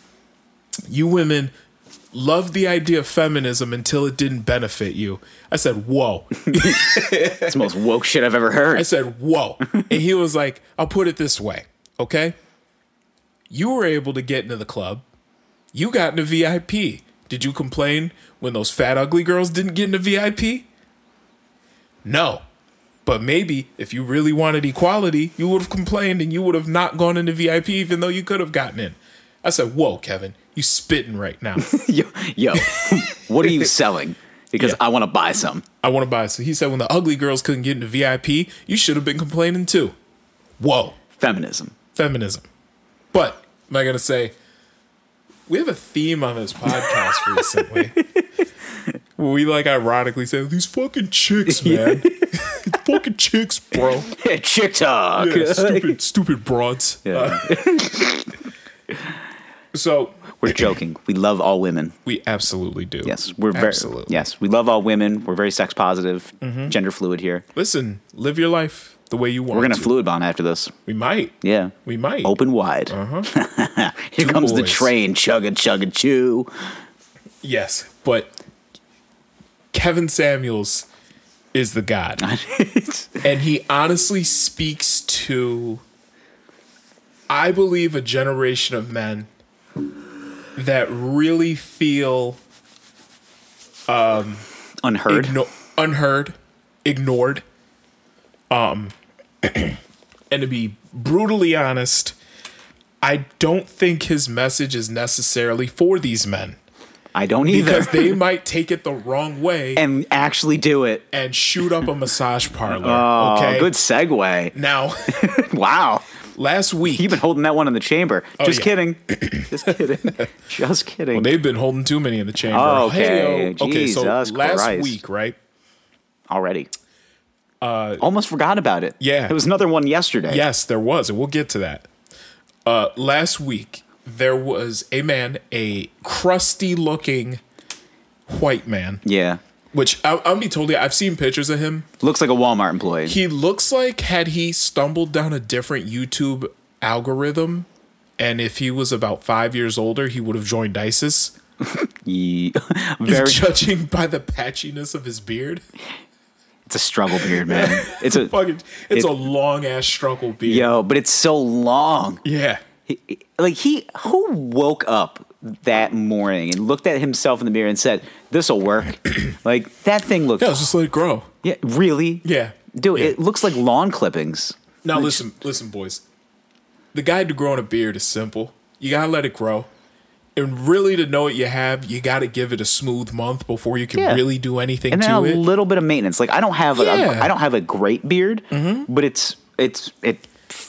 S1: [clears throat] you women loved the idea of feminism until it didn't benefit you. I said, "Whoa."
S2: It's the most woke shit I've ever heard.
S1: I said, "Whoa!" and he was like, "I'll put it this way, okay? You were able to get into the club. You got into VIP. Did you complain when those fat ugly girls didn't get into VIP? No. But maybe if you really wanted equality, you would have complained and you would have not gone into VIP, even though you could have gotten in." I said, "Whoa, Kevin, you spitting right now."
S2: yo,
S1: [laughs]
S2: yo, what are you selling? Because I want to buy some.
S1: I want to buy. So he said, "When the ugly girls couldn't get into VIP, you should have been complaining too." Whoa. [laughs]
S2: Feminism.
S1: feminism. But am I going to say we have a theme on this
S2: [laughs]
S1: podcast recently? Where we like ironically say these fucking chicks, man. [laughs] These fucking chicks,
S2: [laughs]
S1: bro.
S2: Yeah, chick talk.
S1: Yeah, stupid, stupid broads. Uh,
S2: Yeah.
S1: So
S2: We're joking. We love all women.
S1: we absolutely do.
S2: Yes, we're very.
S1: absolutely. Mm-hmm.
S2: Yes, we love all women. We're very sex positive, gender fluid here.
S1: Listen, live your life the way you want.
S2: We're gonna
S1: to.
S2: fluid bond after this.
S1: We might.
S2: Yeah.
S1: We might.
S2: Open wide. [laughs]
S1: Two
S2: here comes the
S1: boys.
S2: train. Chugga chugga chew. [laughs]
S1: Yes, but Kevin Samuels is the god. and he honestly speaks to I believe a generation of men that really feel
S2: Unheard.
S1: igno- unheard, ignored. Um [clears throat] and to be brutally honest, I don't think his message is necessarily for these men
S2: [laughs] I don't either.
S1: because they might take it the wrong way
S2: and actually do it.
S1: and shoot up a massage parlor.
S2: Oh,
S1: okay.
S2: good segue. [laughs]
S1: Now,
S2: Wow.
S1: last week
S2: You've been holding that one in the chamber. Just
S1: Oh, yeah. [coughs]
S2: kidding.
S1: [laughs]
S2: Just kidding. Just kidding.
S1: they've been holding too many in the chamber.
S2: Oh, Okay,
S1: Hey-o. okay. So
S2: Jesus
S1: last
S2: Christ.
S1: week, right?
S2: Already. Almost forgot about it.
S1: Uh, yeah.
S2: There was another one yesterday.
S1: Yes, there was, and we'll get to that. Uh, last week there was a man, a crusty-looking white man,
S2: Yeah.
S1: which I, I'll be totally. I've seen pictures of him.
S2: Looks like a Walmart employee.
S1: He looks like had he stumbled down a different YouTube algorithm, and if he was about five years older, he would have joined ISIS.
S2: Ye- [laughs]
S1: [laughs]
S2: Very.
S1: Judging by the patchiness of his beard,
S2: It's a struggle beard, man. It's
S1: [laughs]
S2: a
S1: Fucking, it's
S2: It-
S1: a long ass struggle beard.
S2: yo, but it's so long.
S1: Yeah.
S2: Like he, who woke up that morning and looked at himself in the mirror and said, "This'll
S1: [coughs]
S2: work." like that thing looks,
S1: Yeah, let's just let it grow.
S2: yeah, really,
S1: Yeah.
S2: dude.
S1: Yeah.
S2: It looks like lawn clippings.
S1: Now listen, listen, boys. The guide to growing a beard is simple. You gotta let it grow. And really to know what you have, you gotta give it a smooth month before you can
S2: Yeah.
S1: really do anything
S2: and then
S1: to
S2: a
S1: it.
S2: little bit of maintenance. Like I don't have
S1: Yeah. Mm-hmm.
S2: a, I don't have a great beard, but it's it's it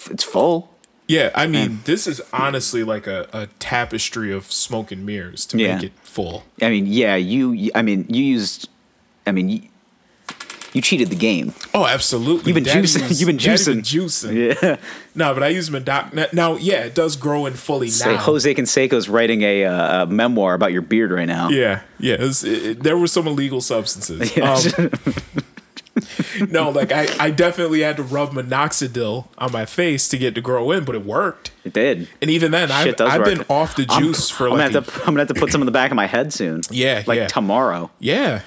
S2: it's full.
S1: yeah, I mean, this is honestly like a, a tapestry of smoke and mirrors to
S2: Yeah.
S1: make it full.
S2: I mean, yeah, you. I mean, you used. I mean, you, you cheated the game.
S1: Oh, absolutely.
S2: You've been
S1: Daddy
S2: juicing-
S1: was-
S2: you've been
S1: Daddy been juicing. [laughs]
S2: Yeah.
S1: No, but I use my doc. Now, yeah, it does grow in fully
S2: It's like
S1: now.
S2: Jose Canseco's writing a, uh, a memoir about your beard right now. [laughs]
S1: Yeah, yeah. it was- it- it- there were some illegal substances. Um, no, like I, I definitely had to rub minoxidil on my face to get to grow in, but it worked.
S2: [laughs] It did.
S1: And even then, I've,
S2: does
S1: I've
S2: work.
S1: been off the juice for
S2: I'm
S1: like
S2: gonna,
S1: a,
S2: have to, I'm gonna have to put some in the back of my head soon.
S1: Yeah,
S2: like
S1: yeah.
S2: tomorrow.
S1: yeah.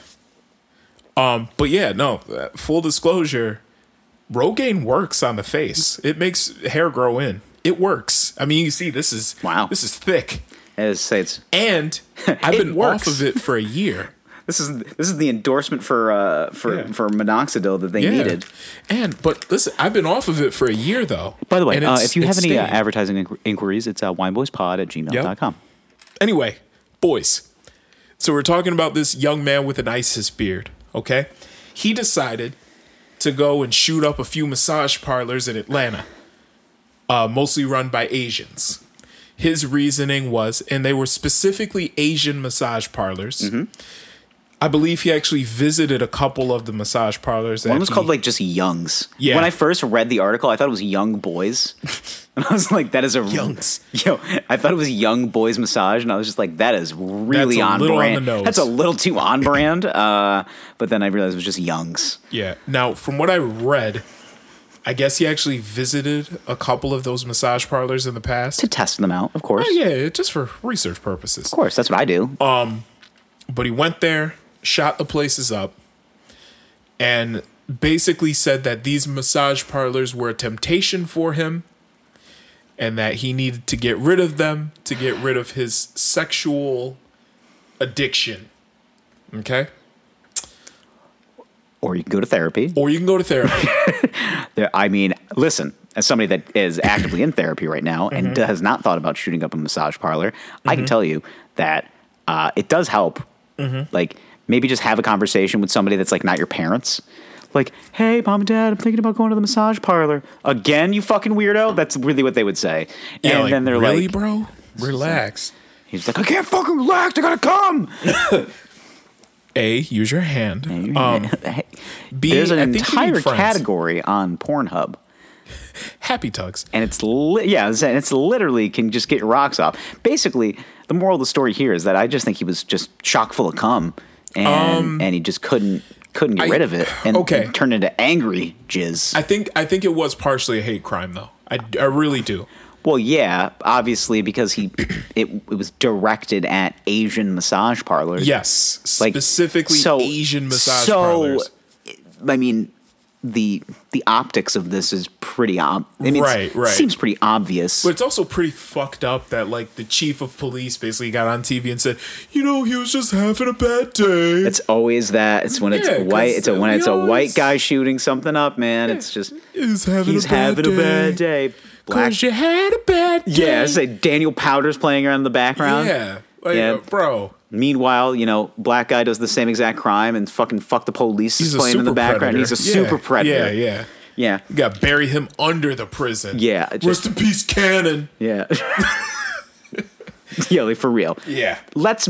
S1: Um, but yeah, no. uh, Full disclosure, Rogaine works on the face. It makes hair grow in. It works. I mean, you see, this is
S2: Wow.
S1: This is thick,
S2: As I say, it's
S1: and
S2: [laughs]
S1: I've
S2: It
S1: been
S2: works.
S1: off of it for a year.
S2: this is this is the endorsement for uh for
S1: Yeah.
S2: for minoxidil that they
S1: Yeah.
S2: [laughs] needed.
S1: And but listen, I've been off of it for a year though.
S2: By the way,
S1: And
S2: uh,
S1: it's-
S2: if you have
S1: it's
S2: any uh,
S1: staying.
S2: advertising inqu- inquiries, it's uh, wineboyspod at gmail.com.
S1: anyway, boys. So we're talking about this young man with an ISIS beard. Okay, he decided to go and shoot up a few massage parlors in Atlanta, uh, mostly run by Asians. His reasoning was, and they were specifically Asian massage parlors.
S2: Mm-hmm.
S1: I believe he actually visited a couple of the massage parlors.
S2: One
S1: that
S2: was
S1: he-
S2: called like just Youngs.
S1: Yeah.
S2: When I first read the article, I thought it was Young Boys, [laughs] and I was like, "That is a
S1: Youngs.
S2: Yo, I thought it was Young Boys Massage, and I was just like, "That is really
S1: That's a
S2: on
S1: little on
S2: brand.
S1: the nose.
S2: That's a little too on brand." Uh, but then I realized it was just Youngs.
S1: Yeah. Now, from what I read, I guess he actually visited a couple of those massage parlors in the past.
S2: to test them out, of course.
S1: Oh, yeah, Uh, just for research purposes.
S2: Of course, that's what I do.
S1: But he went there, shot the places up, and basically said that these massage parlors were a temptation for him and that he needed to get rid of them to get rid of his sexual addiction. Okay?
S2: or you can go to therapy.
S1: Or you can go to therapy.
S2: There- I mean, listen, as somebody that is actively in therapy right now and
S1: Mm-hmm.
S2: has not thought about shooting up a massage parlor, I can tell you that uh, it does help.
S1: Mm-hmm.
S2: Like, maybe just have a conversation with somebody that's like not your parents. Like, hey, mom and dad, I'm thinking about going to the massage parlor again. You fucking weirdo. That's really what they would say.
S1: Yeah,
S2: [laughs] and
S1: like,
S2: then they're
S1: really,
S2: like,
S1: bro? Relax.
S2: he's like, I can't fucking relax. I gotta come.
S1: A, use your hand. Um, B,
S2: [laughs] There's an
S1: I think you need
S2: entire
S1: friends.
S2: category on Pornhub.
S1: Happy tugs.
S2: and it's li- yeah, I was saying, it's literally can just get your rocks off. Basically, the moral of the story here is that I just think he was just chock full of cum, and and he just couldn't couldn't get
S1: Um, I-
S2: rid of it, and,
S1: okay.
S2: and turned into angry jizz.
S1: I think I think it was partially a hate crime though. I, I really do.
S2: well, yeah, obviously because he [clears throat] it it was directed at Asian massage parlors.
S1: Yes, specifically Asian massage
S2: so,
S1: parlors.
S2: I mean, the the optics of this is pretty ob. I mean, it's-
S1: Right, right.
S2: Seems pretty obvious.
S1: But it's also pretty fucked up that like the chief of police basically got on TV and said, you know, he was just having a bad day.
S2: It's always that. It's when it's
S1: Yeah, 'cause
S2: white. It's a, when
S1: we
S2: it's a
S1: always-
S2: white guy shooting something up, man. It's just
S1: he's having
S2: he's
S1: a bad
S2: having
S1: day.
S2: a bad day. Black.
S1: Cause you had a bad day.
S2: Yeah, it's like Daniel Powder's playing around in the background.
S1: yeah, like,
S2: Yeah.
S1: uh, bro.
S2: Meanwhile, you know, black guy does the same exact crime and fucking fuck the police
S1: He's
S2: is
S1: a
S2: playing
S1: super
S2: in the background.
S1: Predator.
S2: He's a super predator.
S1: Yeah, yeah.
S2: yeah,
S1: You got to bury him under the prison.
S2: Yeah,
S1: Rest
S2: it just-
S1: in peace, Cannon.
S2: yeah.
S1: [laughs]
S2: yeah, [laughs] like for real.
S1: Yeah.
S2: let's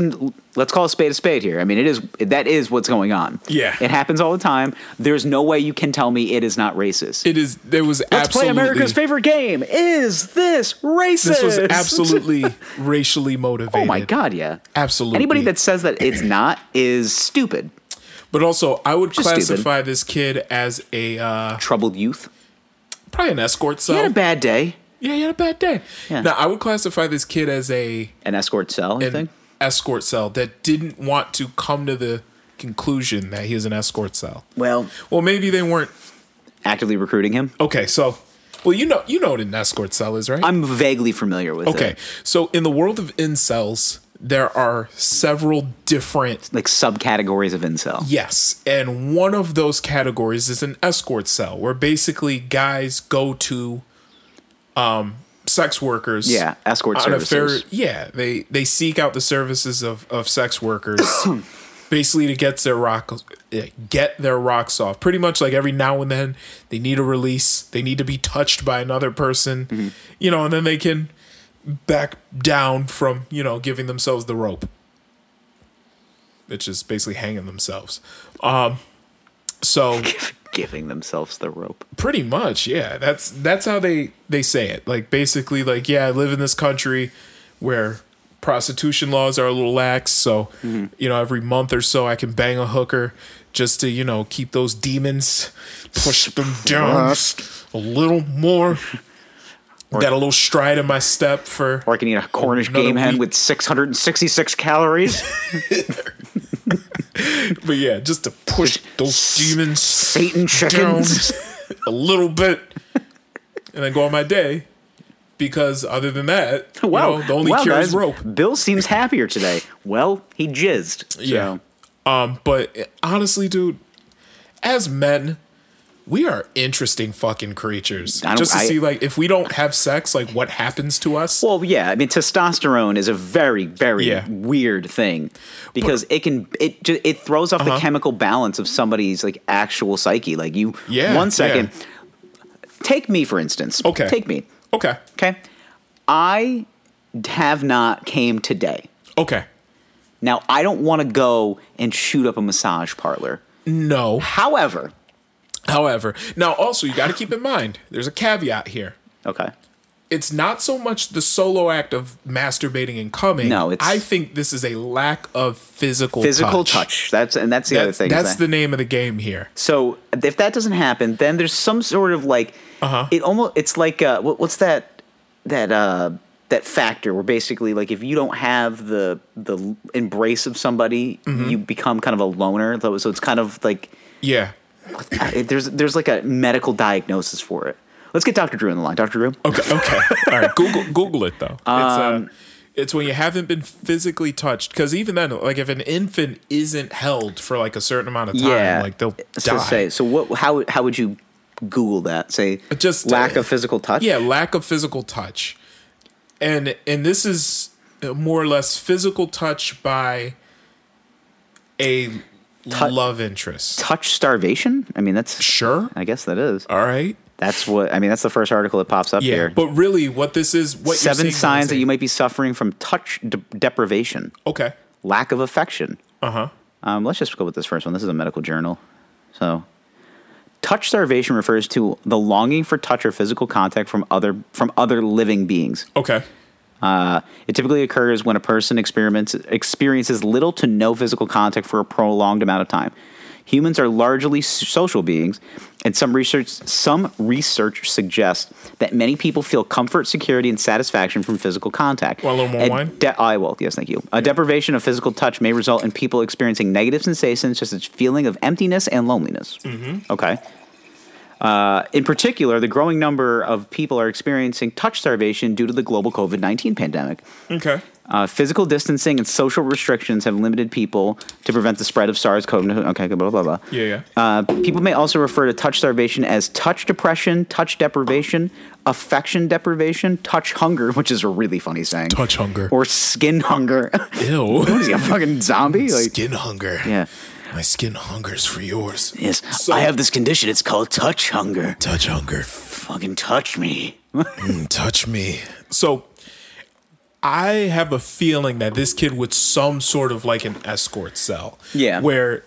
S2: let's call a spade a spade here. I mean, it is that is what's going on.
S1: Yeah.
S2: it happens all the time. There's no way you can tell me it is not racist.
S1: It is. There was
S2: Let's
S1: absolutely.
S2: play America's favorite game. Is this racist?
S1: This was absolutely
S2: [laughs]
S1: racially motivated.
S2: oh my god, yeah.
S1: Absolutely.
S2: Anybody that says that it's not is stupid.
S1: But also, I would
S2: Just stupid.
S1: classify this kid as a uh, Oh.
S2: Troubled youth.
S1: probably an escort
S2: He
S1: cell.
S2: had a bad day.
S1: yeah, he had a bad day.
S2: Yeah.
S1: Now, I would classify this kid as a
S2: An escort cell, you
S1: an
S2: think?
S1: escort cell that didn't want to come to the conclusion that he is an escort cell.
S2: Well,
S1: Well, maybe they weren't.
S2: actively recruiting him.
S1: Okay, so, well, you know, you know what an escort cell is, right?
S2: I'm vaguely familiar with it.
S1: okay, so in the world of incels, there are several different
S2: Like subcategories of incel.
S1: Yes, and one of those categories is an escort cell, where basically guys go to um, sex workers.
S2: Yeah, escort
S1: on a
S2: services.
S1: yeah, they they seek out the services of of sex
S2: [coughs]
S1: workers, basically to get their rock eh, get their rocks off. Pretty much like every now and then, they need a release. They need to be touched by another person,
S2: Mm-hmm.
S1: you know, and then they can back down from you know giving themselves the rope which is basically hanging themselves. Um, so
S2: Giving themselves the rope.
S1: pretty much, yeah, that's that's how they they say it. Like basically, like yeah, I live in this country where prostitution laws are a little lax, so
S2: Mm-hmm.
S1: you know every month or so I can bang a hooker just to you know keep those demons push them down a little
S2: [laughs]
S1: more. Got a little stride in my step for
S2: Or I can eat a Cornish
S1: Another
S2: game hen
S1: week.
S2: with
S1: [laughs]
S2: 666 calories.
S1: But yeah, just to push those demons,
S2: Satan chickens.
S1: down a little bit,
S2: [laughs]
S1: and then go on my day. Because other than that,
S2: Wow.
S1: you know, the only
S2: wow,
S1: cure
S2: guys,
S1: is rope.
S2: Bill seems happier today. Well, he jizzed. So.
S1: Yeah. Um, but honestly, dude, as men, we are interesting fucking creatures.
S2: I don't-
S1: Just to
S2: I-
S1: see, like, if we don't have sex, like, what happens to us?
S2: Well, yeah. I mean, testosterone is a very, very
S1: Yeah.
S2: weird thing because it can it ju- it throws off
S1: Uh-huh.
S2: the chemical balance of somebody's like actual psyche. Like you,
S1: Yeah,
S2: one second. Take me for instance.
S1: Okay.
S2: Take me.
S1: okay.
S2: Okay. I have not came today.
S1: Okay.
S2: Now I don't want to go and shoot up a massage parlor.
S1: No.
S2: However,
S1: However, now also, you got to keep in mind there's a caveat here.
S2: okay.
S1: it's not so much the solo act of masturbating and coming.
S2: No, it's-
S1: I think this is a lack of physical
S2: Physical touch. That's and that's the
S1: That-
S2: other thing. is
S1: that's
S2: that-
S1: the name of the game here.
S2: So if that doesn't happen, then there's some sort of like
S1: Uh-huh.
S2: it almost it's like uh, what, what's that that uh, that factor where basically like if you don't have the the embrace of somebody,
S1: Mm-hmm.
S2: you become kind of a loner. Though, So it's kind of like
S1: Yeah.
S2: it- there's there's like a medical diagnosis for it. Let's get Dr. Drew in the line. Dr. Drew.
S1: Okay. Okay. All right. Google Google it though.
S2: Um,
S1: it's, uh, it's when you haven't been physically touched. Because even then, like if an infant isn't held for like a certain amount of time, like they'll
S2: so
S1: die.
S2: say so. What? How? How would you Google that? Say
S1: Just,
S2: lack
S1: uh,
S2: of physical touch.
S1: Yeah, lack of physical touch, and and this is more or less physical touch by a love interest.
S2: Touch starvation. I mean, that's.
S1: Sure.
S2: I guess that is.
S1: All right.
S2: That's what I mean. That's the first article that pops up
S1: Yeah,
S2: here.
S1: but really, what this is, what
S2: Seven
S1: you're seeing
S2: signs that
S1: is a-
S2: you might be suffering from touch de- deprivation,
S1: Okay.
S2: lack of affection.
S1: Uh huh.
S2: Um, let's just go with this first one. This is a medical journal, so touch starvation refers to the longing for touch or physical contact from other from other living beings.
S1: Okay.
S2: Uh, it typically occurs when a person experiments, experiences little to no physical contact for a prolonged amount of time. Humans are largely s- social beings, and some research some research suggests that many people feel comfort, security, and satisfaction from physical contact.
S1: Want a little more
S2: And
S1: wine?
S2: de- I will. Yes, thank you. A deprivation of physical touch may result in people experiencing negative sensations, such as feeling of emptiness and loneliness. Mm-hmm. Okay. In particular, the growing number of people are experiencing touch starvation due to the global COVID 19 pandemic.
S1: Okay.
S2: Uh, physical distancing and social restrictions have limited people to prevent the spread of SARS CoV. Okay, blah, blah, blah. blah.
S1: Yeah, yeah.
S2: Uh, people may also refer to touch starvation as touch depression, touch deprivation, affection deprivation, touch hunger, which is a really funny saying.
S1: Touch hunger.
S2: Or skin hunger. [laughs]
S1: Ew.
S2: Is he a fucking zombie?
S1: [laughs]
S2: Like,
S1: skin hunger.
S2: yeah.
S1: My skin hungers for yours.
S2: Yes.
S1: So-
S2: I have this condition. It's called touch hunger.
S1: Touch hunger. Mm,
S2: Fucking touch me.
S1: Touch me. So, I have a feeling that this kid was some sort of like an escort cell.
S2: Yeah.
S1: Where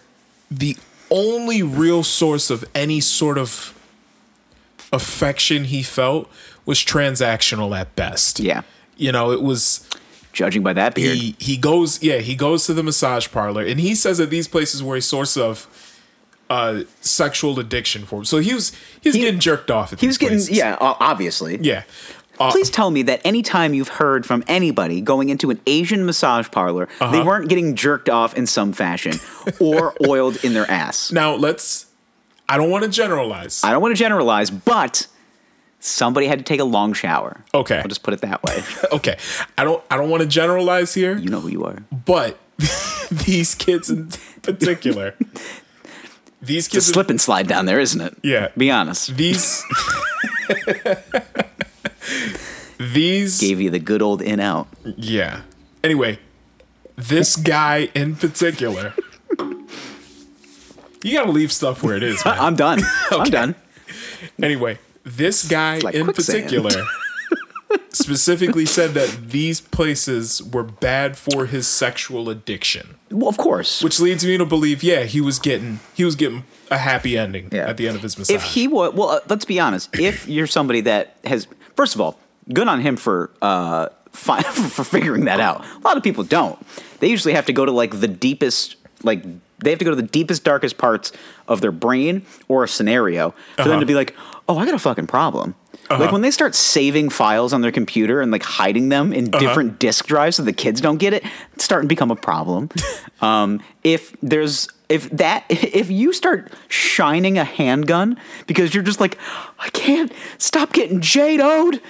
S1: the only real source of any sort of affection he felt was transactional at best.
S2: Yeah.
S1: You know, it was
S2: Judging by that beard.
S1: he he goes yeah he goes to the massage parlor and he says that these places were a source of uh sexual addiction for him so he was he was getting jerked off at
S2: He was getting,
S1: places.
S2: yeah, o- obviously.
S1: yeah Uh,
S2: Please tell me that anytime you've heard from anybody going into an Asian massage parlor, they
S1: Uh-huh.
S2: weren't getting jerked off in some fashion
S1: [laughs]
S2: or oiled in their ass.
S1: Now let's. I don't want to generalize.
S2: I don't want to generalize, but somebody had to take a long shower.
S1: Okay.
S2: I'll just put it that way.
S1: okay, I don't. I don't want to generalize here,
S2: you know who
S1: [laughs]
S2: you are.
S1: but these kids in
S2: [laughs]
S1: particular, these
S2: It's
S1: kids,
S2: a
S1: in-
S2: slip and slide down there, isn't it?
S1: yeah,
S2: Be honest.
S1: these,
S2: [laughs]
S1: [laughs] these,
S2: Gave you the good old in out.
S1: yeah. Anyway, this guy in particular, you gotta leave stuff where it is.
S2: [laughs]
S1: Man.
S2: I'm
S1: [laughs]
S2: done. I'm done.
S1: Anyway, this guy
S2: like
S1: in
S2: quicksand. [laughs]
S1: particular specifically said that these places were bad for his sexual addiction,
S2: Well, of course.
S1: which leads me to believe, yeah, he was getting he was getting a happy ending
S2: Yeah.
S1: at the end of his massage.
S2: if he was well uh, let's be honest if you're somebody that has first of all good on him for uh fi- [laughs] for figuring that out a lot of people don't they usually have to go to like the deepest like they have to go to the deepest darkest parts of their brain or a scenario for them to be like oh i got a fucking problem
S1: Uh-huh.
S2: like when they start saving files on their computer and like hiding them in
S1: Uh-huh.
S2: different disk drives so the kids don't get it it's starting to become a
S1: [laughs]
S2: problem um, if there's if that [laughs] if you start shining a handgun because you're just like I can't stop getting J-O'd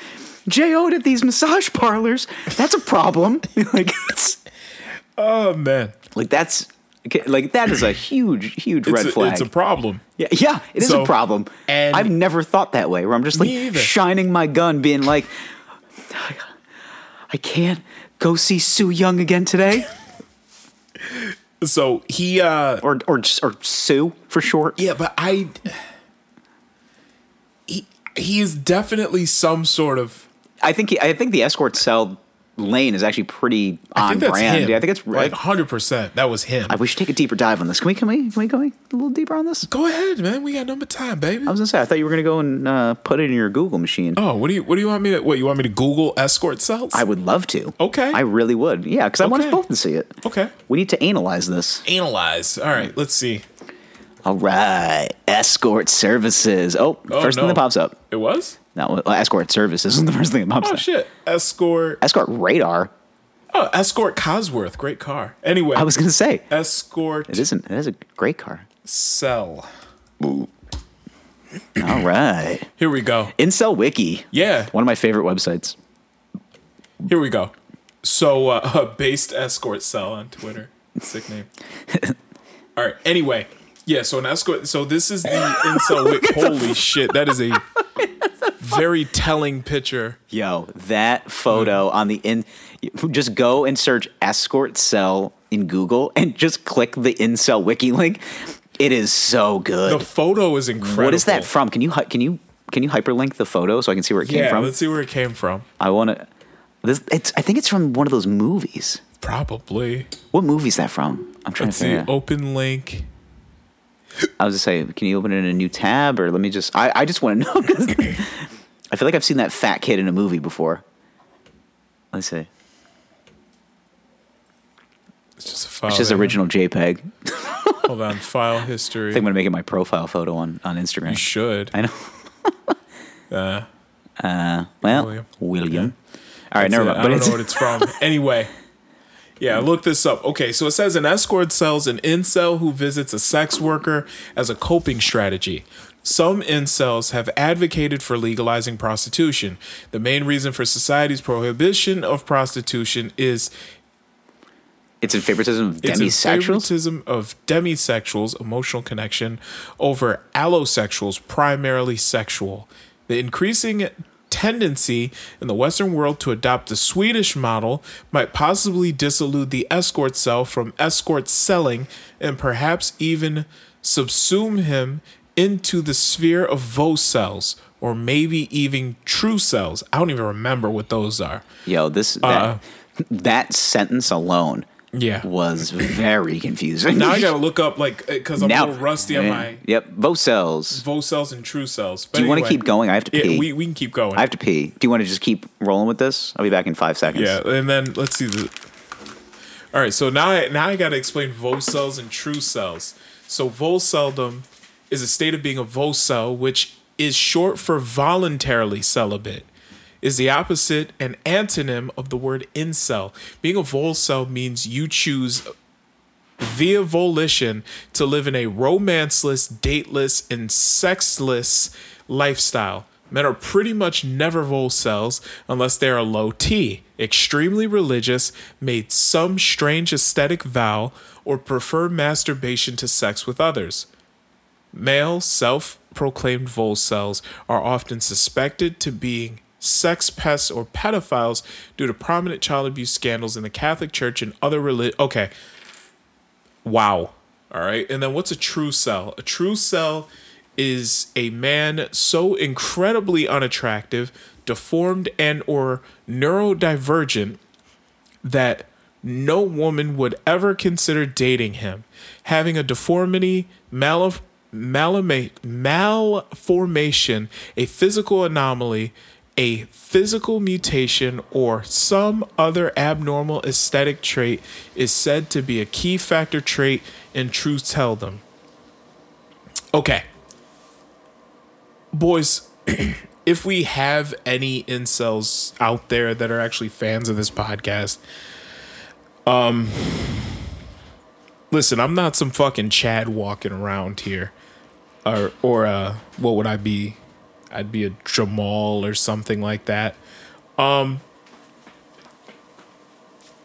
S2: J-O'd at these massage parlors that's a problem [laughs] like it's,
S1: oh man,
S2: like that's like that is a huge huge
S1: it's
S2: red
S1: a,
S2: flag
S1: it's a problem.
S2: yeah, yeah it is
S1: So,
S2: a problem
S1: and-
S2: I've never thought that way where I'm just like
S1: Me either.
S2: shining my gun being like I can't go see Sue Young again
S1: [laughs]
S2: today
S1: So he uh
S2: or or or Sue for short
S1: yeah, but I he he is definitely some sort of
S2: I think he, I think the escort cell lane is actually pretty on
S1: I think that's
S2: brand.
S1: him.
S2: Yeah, I think it's
S1: like
S2: right.
S1: hundred percent. That was him.
S2: I wish take a deeper dive on this. Can we? Can we? Can we go a little deeper on this?
S1: go ahead, man. We got number time, baby.
S2: I was gonna say I thought you were gonna go and uh, put it in your Google machine.
S1: Oh, what do you what do you want me to what you want me to Google escort cells?
S2: I would love to.
S1: Okay.
S2: I really would. Yeah, because I want us
S1: Okay.
S2: both to see it.
S1: okay.
S2: We need to analyze this.
S1: Analyze. All right, let's see.
S2: All right, escort services. Oh,
S1: Oh,
S2: first
S1: no.
S2: thing that pops up.
S1: It was?
S2: That was, escort services is the first thing that pops
S1: Oh
S2: up.
S1: shit. Escort
S2: Escort radar.
S1: Oh, Escort Cosworth, great car. Anyway,
S2: I was gonna say
S1: Escort
S2: it isn't. It is a great car.
S1: Cell.
S2: All right,
S1: Here we go.
S2: Incel Wiki.
S1: Yeah,
S2: One of my favorite websites.
S1: here we go. So, uh, [laughs] based escort cell on Twitter. Sick name. All right. Anyway, yeah. So an escort. So this is the incel.
S2: [laughs]
S1: Wick. Holy shit! That is a very telling picture.
S2: Yo, that photo
S1: Mm.
S2: on the in, just go and search escort cell in Google and just click the incel wiki link. It is so
S1: The
S2: good.
S1: photo is incredible.
S2: what is that from? Can you hy- can you can you hyperlink the photo so I can see where it
S1: Yeah,
S2: came from?
S1: let's see where it came from.
S2: I want to. This it's. I think it's from one of those movies.
S1: Probably.
S2: What movie is that from? I'm trying
S1: Let's
S2: to
S1: see. Oh.
S2: figure. out.
S1: Open link.
S2: I was just saying, can you open it in a new tab or let me just? I I just want to know 'cause [laughs] I feel like I've seen that fat kid in a movie before. Let's see.
S1: It's just a file.
S2: It's just
S1: there.
S2: original JPEG.
S1: Hold on. File history.
S2: I think I'm gonna make it my profile photo on on Instagram.
S1: you should.
S2: I know.
S1: [laughs]
S2: Uh,
S1: Uh,
S2: Well,
S1: William.
S2: William. All right, never
S1: Yeah,
S2: mind. But
S1: I don't
S2: it's
S1: know what it's from.
S2: [laughs]
S1: anyway. Yeah, look this up. Okay, so it says an escort sells an incel who visits a sex worker as a coping strategy. Some incels have advocated for legalizing prostitution. The main reason for society's prohibition of prostitution is
S2: it's in favoritism of
S1: it's a
S2: demisexuals.
S1: favoritism of demisexuals, emotional connection, over allosexuals, primarily sexual. The increasing tendency in the Western world to adopt the Swedish model might possibly disillude the escort cell from escort selling and perhaps even subsume him into the sphere of vo cells or maybe even true cells. I don't even remember what those are.
S2: Yo, this that,
S1: Uh.
S2: that sentence alone
S1: Yeah.
S2: was very confusing.
S1: Now I
S2: [laughs]
S1: gotta look up like because I'm a little rusty on
S2: Yeah.
S1: my
S2: Yep, both cells.
S1: Vo cells and true cells. But
S2: Do you want to
S1: anyway.
S2: keep going? I have to pee.
S1: Yeah, we, we can keep going.
S2: I have to pee. Do you want to just keep rolling with this? I'll be back in five seconds.
S1: yeah, and then let's see the. All right, so now I, now I got to explain Vo cells and true cells. So Vo celdom is a state of being a Vo cell, which is short for voluntarily celibate. is the opposite and antonym of the word incel. Being a volcel means you choose via volition to live in a romanceless, dateless, and sexless lifestyle. Men are pretty much never volcels unless they are low T, extremely religious, made some strange aesthetic vow, or prefer masturbation to sex with others. Male self proclaimed volcels are often suspected to being sex pests or pedophiles due to prominent child abuse scandals in the Catholic Church and other religion. Okay. Wow. All right. And then what's a true cell? A true cell is a man so incredibly unattractive, deformed and or neurodivergent that no woman would ever consider dating him. Having a deformity, mal- malama- malformation, a physical anomaly, a physical mutation, or some other abnormal aesthetic trait is said to be a key factor trait in true teldom. Okay. Boys, [clears throat] if we have any incels out there that are actually fans of this podcast, listen, I'm not some fucking Chad walking around here, or or uh, what would I be? I'd be a Jamal or something like that. Um,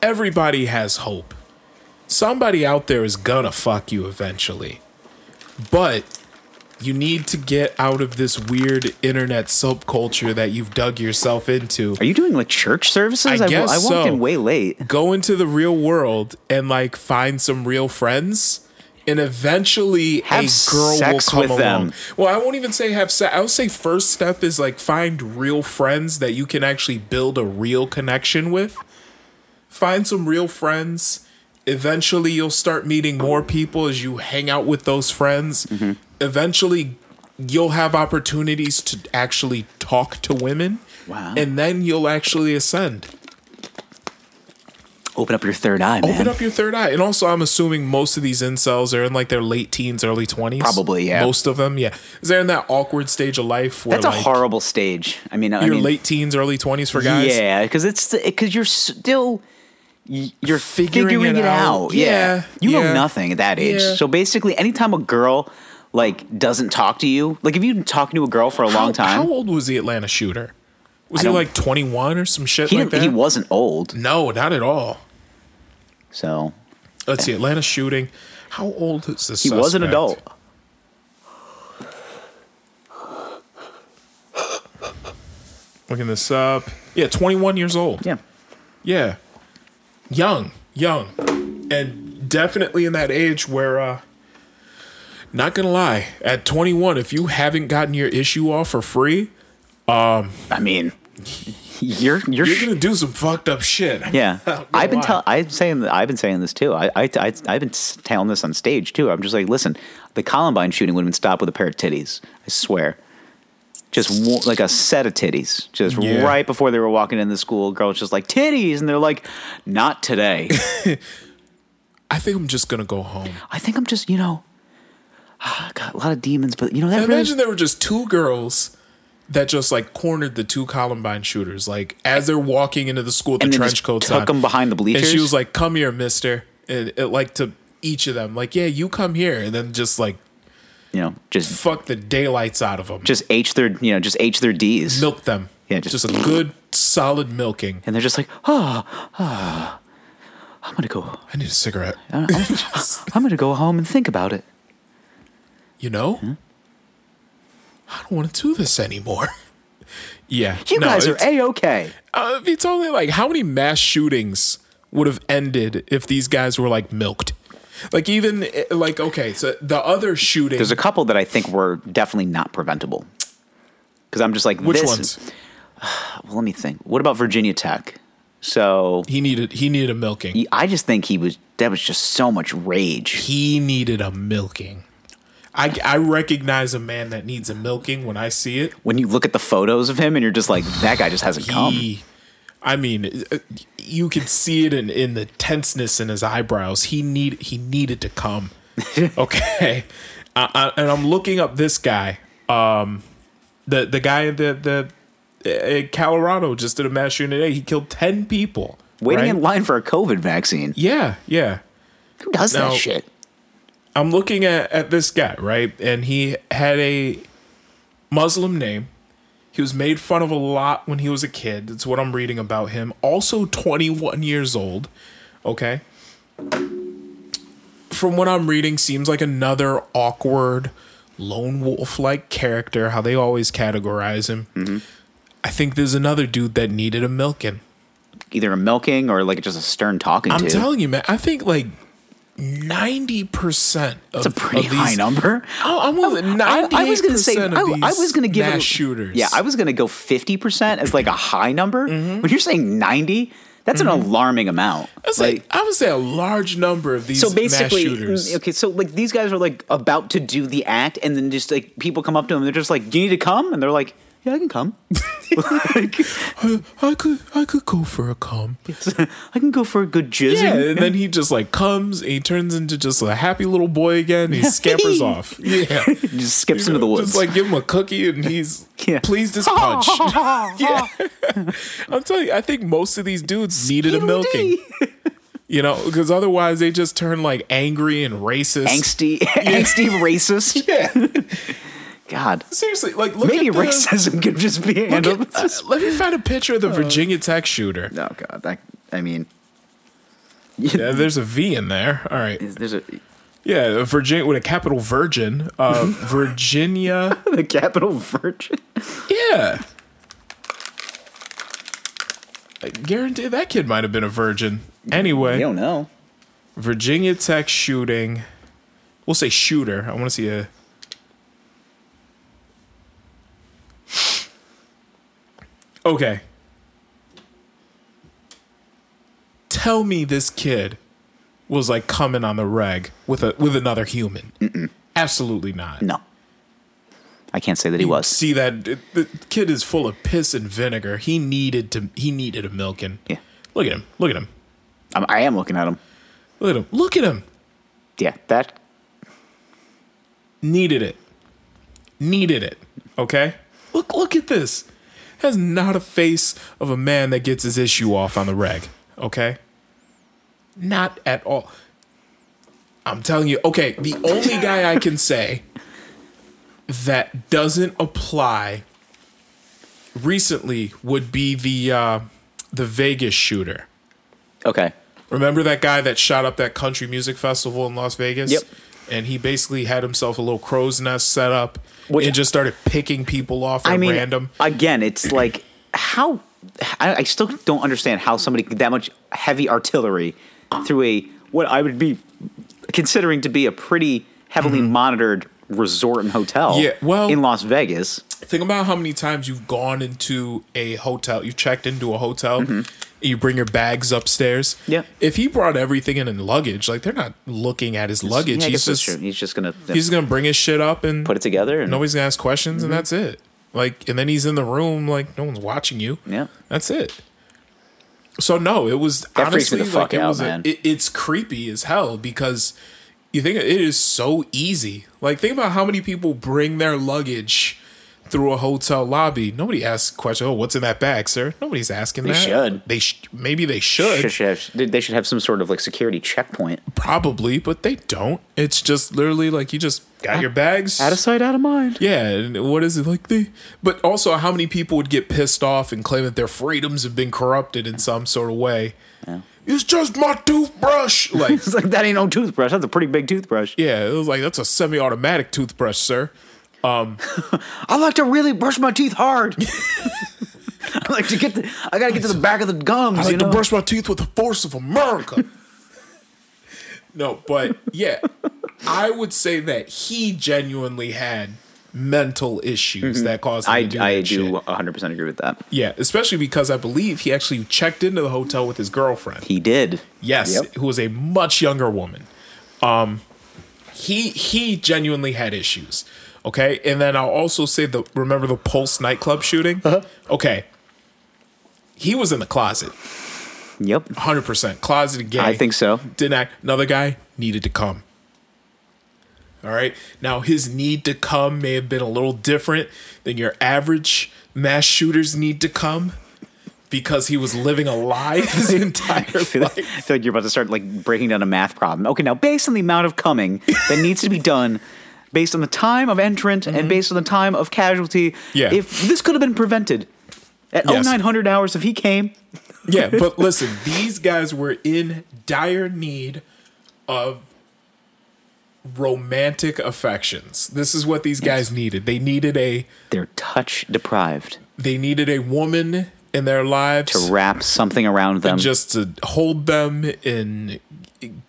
S1: everybody has hope. Somebody out there is gonna fuck you eventually, but you need to get out of this weird internet subculture that you've dug yourself into.
S2: Are you doing like church services?
S1: I
S2: wa-
S1: guess
S2: I walked
S1: so.
S2: in way late.
S1: go into the real world and like find some real friends and eventually
S2: Have
S1: a girl will
S2: sex
S1: come
S2: with them.
S1: along. Well, I won't even say have sex. I would say first step is like find real friends that you can actually build a real connection with. Find some real friends. Eventually, you'll start meeting more people as you hang out with those friends.
S2: Mm-hmm.
S1: Eventually, you'll have opportunities to actually talk to women.
S2: Wow.
S1: And then you'll actually ascend.
S2: Open up your third eye, man.
S1: Open up your third eye. And also, I'm assuming most of these incels are in like their late teens, early 20s.
S2: Probably, yeah.
S1: Most of them, yeah. Is they're in that awkward stage of life where
S2: That's
S1: like
S2: a horrible stage. I mean, I
S1: your
S2: mean,
S1: late teens, early 20s for guys.
S2: Yeah, because it's because you're still y- you're
S1: Figuring
S2: figuring,
S1: it
S2: it,
S1: out.
S2: out. Yeah,
S1: Yeah,
S2: you
S1: yeah.
S2: know nothing at that age.
S1: Yeah.
S2: So basically, anytime a girl like doesn't talk to you, like if you've been talking to a girl for a
S1: How,
S2: long time,
S1: How old was the Atlanta shooter? Was
S2: I
S1: he
S2: don't-
S1: like 21 or some shit
S2: he
S1: like
S2: didn't-
S1: that?
S2: he wasn't old.
S1: No, not at all.
S2: So
S1: Let's see, Atlanta shooting. How old is this?
S2: he was an
S1: suspect?
S2: adult.
S1: Looking this up. Yeah, 21 years old.
S2: Yeah,
S1: Yeah. Young, young. And definitely in that age where uh not going to lie, at 21 if you haven't gotten your issue off for free,
S2: I mean, you're you're.
S1: you're going to do some fucked up shit. [laughs]
S2: yeah,
S1: I'm not gonna
S2: I've been
S1: lie.
S2: tell I'm saying that I've been saying this too. I I I I've been s- telling this on stage too. I'm just like, listen, the Columbine shooting would have been stopped with a pair of titties. I swear, just wa- like a set of titties. Just
S1: Yeah.
S2: right before they were walking in the school, girls just like titties, and they're like, not
S1: [laughs]
S2: today.
S1: I think I'm just going to go home.
S2: I think I'm just you know, [sighs] I got a lot of demons, but you know that really
S1: Imagine there were just two girls that just like cornered the two Columbine shooters like as they're walking into the school with
S2: [laughs] and
S1: the
S2: then
S1: trench
S2: just
S1: coats
S2: took
S1: on.
S2: them behind the bleachers.
S1: and she was like, "Come here, mister." And it, like to each of them, like, "Yeah, you come here." And then just like
S2: you know, just
S1: fuck the daylights out of them.
S2: just h their you know just h their d's,
S1: milk them.
S2: Yeah,
S1: just,
S2: just-
S1: a good solid milking.
S2: and they're just like, oh, oh I'm gonna go.
S1: I need a cigarette.
S2: Ah. I'm gonna go home and think about it.
S1: You know,
S2: Hmm?
S1: I don't want to do this anymore. [laughs] yeah,
S2: You
S1: no,
S2: guys are
S1: it's-
S2: a okay.
S1: Uh, if you told me like how many mass shootings would have ended if these guys were like milked. Like even eh, like okay, so the other shooting.
S2: There's a couple that I think were definitely not preventable. Because I'm just like,
S1: which
S2: this,
S1: ones?
S2: Well, let me think. What about Virginia Tech? So
S1: He needed he needed a milking.
S2: I just think he was. That was just so much rage.
S1: he needed a milking. I, I recognize a man that needs a milking when I see it.
S2: When you look at the photos of him, and you're just like, that guy just hasn't come.
S1: He, I mean, uh, you could see it in, in the tenseness in his eyebrows. He need he needed to
S2: [laughs]
S1: come. okay, I, I, and I'm looking up this guy, um, the the guy that the uh, Colorado just did a mass shooting today. He killed ten people.
S2: Waiting
S1: right?
S2: in line for a COVID vaccine.
S1: Yeah, yeah.
S3: Who does
S1: No.
S3: that shit?
S1: I'm looking at, at this guy, right? And he had a Muslim name. He was made fun of a lot when he was a kid. That's what I'm reading about him. Also 21 years old. Okay. From what I'm reading, seems like another awkward, lone wolf like character, how they always categorize him.
S2: Mm-hmm.
S1: I think there's another dude that needed a milking.
S2: Either a milking or like just a stern talking
S1: I'm
S2: to.
S1: telling you, man, I think like 90% of,
S2: it's a pretty
S1: of these, [laughs]
S2: high number.
S1: Oh, I'm with
S2: I,
S1: ninety.
S2: I was going to say, I,
S1: of these
S2: I was going to give
S1: mass
S2: it-
S1: shooters.
S2: Yeah, I was going to go fifty percent as like a high number.
S1: Mm-hmm.
S2: When you're saying ninety, that's an alarming amount.
S1: I was Mm-hmm. like, I would say a large number of these
S2: so basically,
S1: mass shooters.
S2: mm, okay, so like these guys are like about to do the act, and then just like people come up to them, they're just like, "Do you need to come?" And they're like, "Yeah, I
S1: [laughs]
S2: can come. Like,
S1: I, I could, I could go for a cum.
S2: I can go for a good jizz."
S1: Yeah, and then he just like comes. And he turns into just a happy little boy again. And he [laughs] scampers off. Yeah,
S2: just skips into the woods.
S1: Just like give him a cookie, and [laughs] he's
S2: Yeah.
S1: pleased as punch. yeah, I'm telling you, I think most of these dudes needed a milking. You know, because otherwise they just turn like angry and racist.
S2: angsty, angsty racist.
S1: Yeah, [laughs]
S2: God,
S1: seriously, like look
S2: maybe
S1: at the-
S2: racism could just be
S1: [laughs]
S2: handled.
S1: Look at- uh, let me Oh. find a picture of the Virginia Tech [laughs] shooter.
S2: oh God, that, I mean,
S1: Yeah, there's a V in there. All right.
S2: there's a
S1: Yeah, a Virginia with a capital Virgin. [laughs] Uh, Virginia.
S2: [laughs] the capital virgin.
S1: [laughs] Yeah. I guarantee that kid might have been a virgin.
S2: You
S1: Anyway,
S2: don't know.
S1: Virginia Tech shooting. We'll say shooter. I want to see a. Okay. Tell me this kid was like coming on the reg with a with another human. Absolutely not.
S2: No, I can't say that he was.
S1: See that it- the kid is full of piss and vinegar. He needed to he needed a milking.
S2: Yeah,
S1: Look at him. Look at him.
S2: I'm, I am looking at him.
S1: Look at him. Look at him.
S2: Yeah, that
S1: needed it needed it okay look look at this that's not a face of a man that gets his issue off on the reg okay not at all i'm telling you okay the only guy i can say that doesn't apply recently would be the uh the vegas shooter
S2: okay.
S1: Remember that guy that shot up that country music festival in Las Vegas?
S2: Yep.
S1: And he basically had himself a little crow's nest set up
S2: Which-
S1: and just started picking people off at
S2: I mean,
S1: random. [clears throat]
S2: again, it's like how I, I still don't understand how somebody could that much heavy artillery through a what I would be considering to be a pretty heavily monitored resort and hotel.
S1: Mm-hmm. Yeah, well-
S2: in Las Vegas,
S1: Think about how many times you've gone into a hotel, you checked into a hotel, and you bring your bags upstairs.
S2: Mm-hmm. Yeah.
S1: If he brought everything in in luggage, like they're not looking at his
S2: Yeah, I
S1: luggage.
S2: guess
S1: he's just
S2: that's true. he's just gonna
S1: he's gonna bring his shit up and
S2: put it together and
S1: nobody's gonna ask questions and
S2: Mm-hmm.
S1: that's it. Like and then he's in the room, like no one's watching you.
S2: Yeah.
S1: That's it. So no, it was
S2: That freaks
S1: honestly
S2: me the
S1: like
S2: fuck
S1: it
S2: out,
S1: was a-
S2: man.
S1: it- it's creepy as hell because you think it is so easy. Like think about how many people bring their luggage through a hotel lobby. Nobody asks questions. Oh, what's in that bag, sir? Nobody's asking
S2: They
S1: that.
S2: should.
S1: They sh- maybe they
S2: should, should have, they- they should have some sort of like security checkpoint.
S1: probably, but they don't. It's just literally like you just got your bags
S2: Out of sight, out of mind.
S1: yeah, and what is it like they? But also, how many people would get pissed off and claim that their freedoms have been corrupted in some sort of way? It's just my toothbrush. [laughs] Like,
S2: [laughs] It's like that ain't no toothbrush. That's a pretty big toothbrush.
S1: yeah, it was like that's a semi-automatic toothbrush, sir.
S2: I like to really brush my teeth
S1: [laughs]
S2: hard. I like to get. The, I gotta get to the back of the gums.
S1: I like
S2: you know?
S1: to brush my teeth with the force of America. [laughs] no, but yeah, I would say that he genuinely had mental issues that caused him to
S2: Mm-hmm. I,
S1: do
S2: I
S1: that shit.
S2: do 100 percent agree with that.
S1: Yeah, especially because I believe he actually checked into the hotel with his girlfriend.
S2: He did.
S1: Yes,
S2: Yep.
S1: who was a much younger woman. Um, he he genuinely had issues. Okay, and then I'll also say the remember the Pulse nightclub shooting.
S2: Uh-huh.
S1: Okay, he was in the closet,
S2: Yep. [laughs]
S1: hundred percent closeted gay.
S2: I think so.
S1: Didn't act. Another guy needed to come. All right. Now, his need to come may have been a little different than your average mass shooter's need to come because he was living a lie [laughs]
S2: [laughs]
S1: his entire
S2: I feel, like, I
S1: life.
S2: feel like you're about to start like breaking down a math problem. Okay, now based on the amount of coming that needs to be done, based on the time of entrant and based on the time of casualty,
S1: Mm-hmm. Yeah.
S2: if this could have been prevented at
S1: Yes.
S2: 0900 hours if he came,
S1: Yeah, but listen, these guys were in dire need of romantic affections. This is what these guys needed. They needed a
S2: they're touch deprived
S1: they needed a woman in their lives
S2: to wrap something around them.
S1: just to hold them and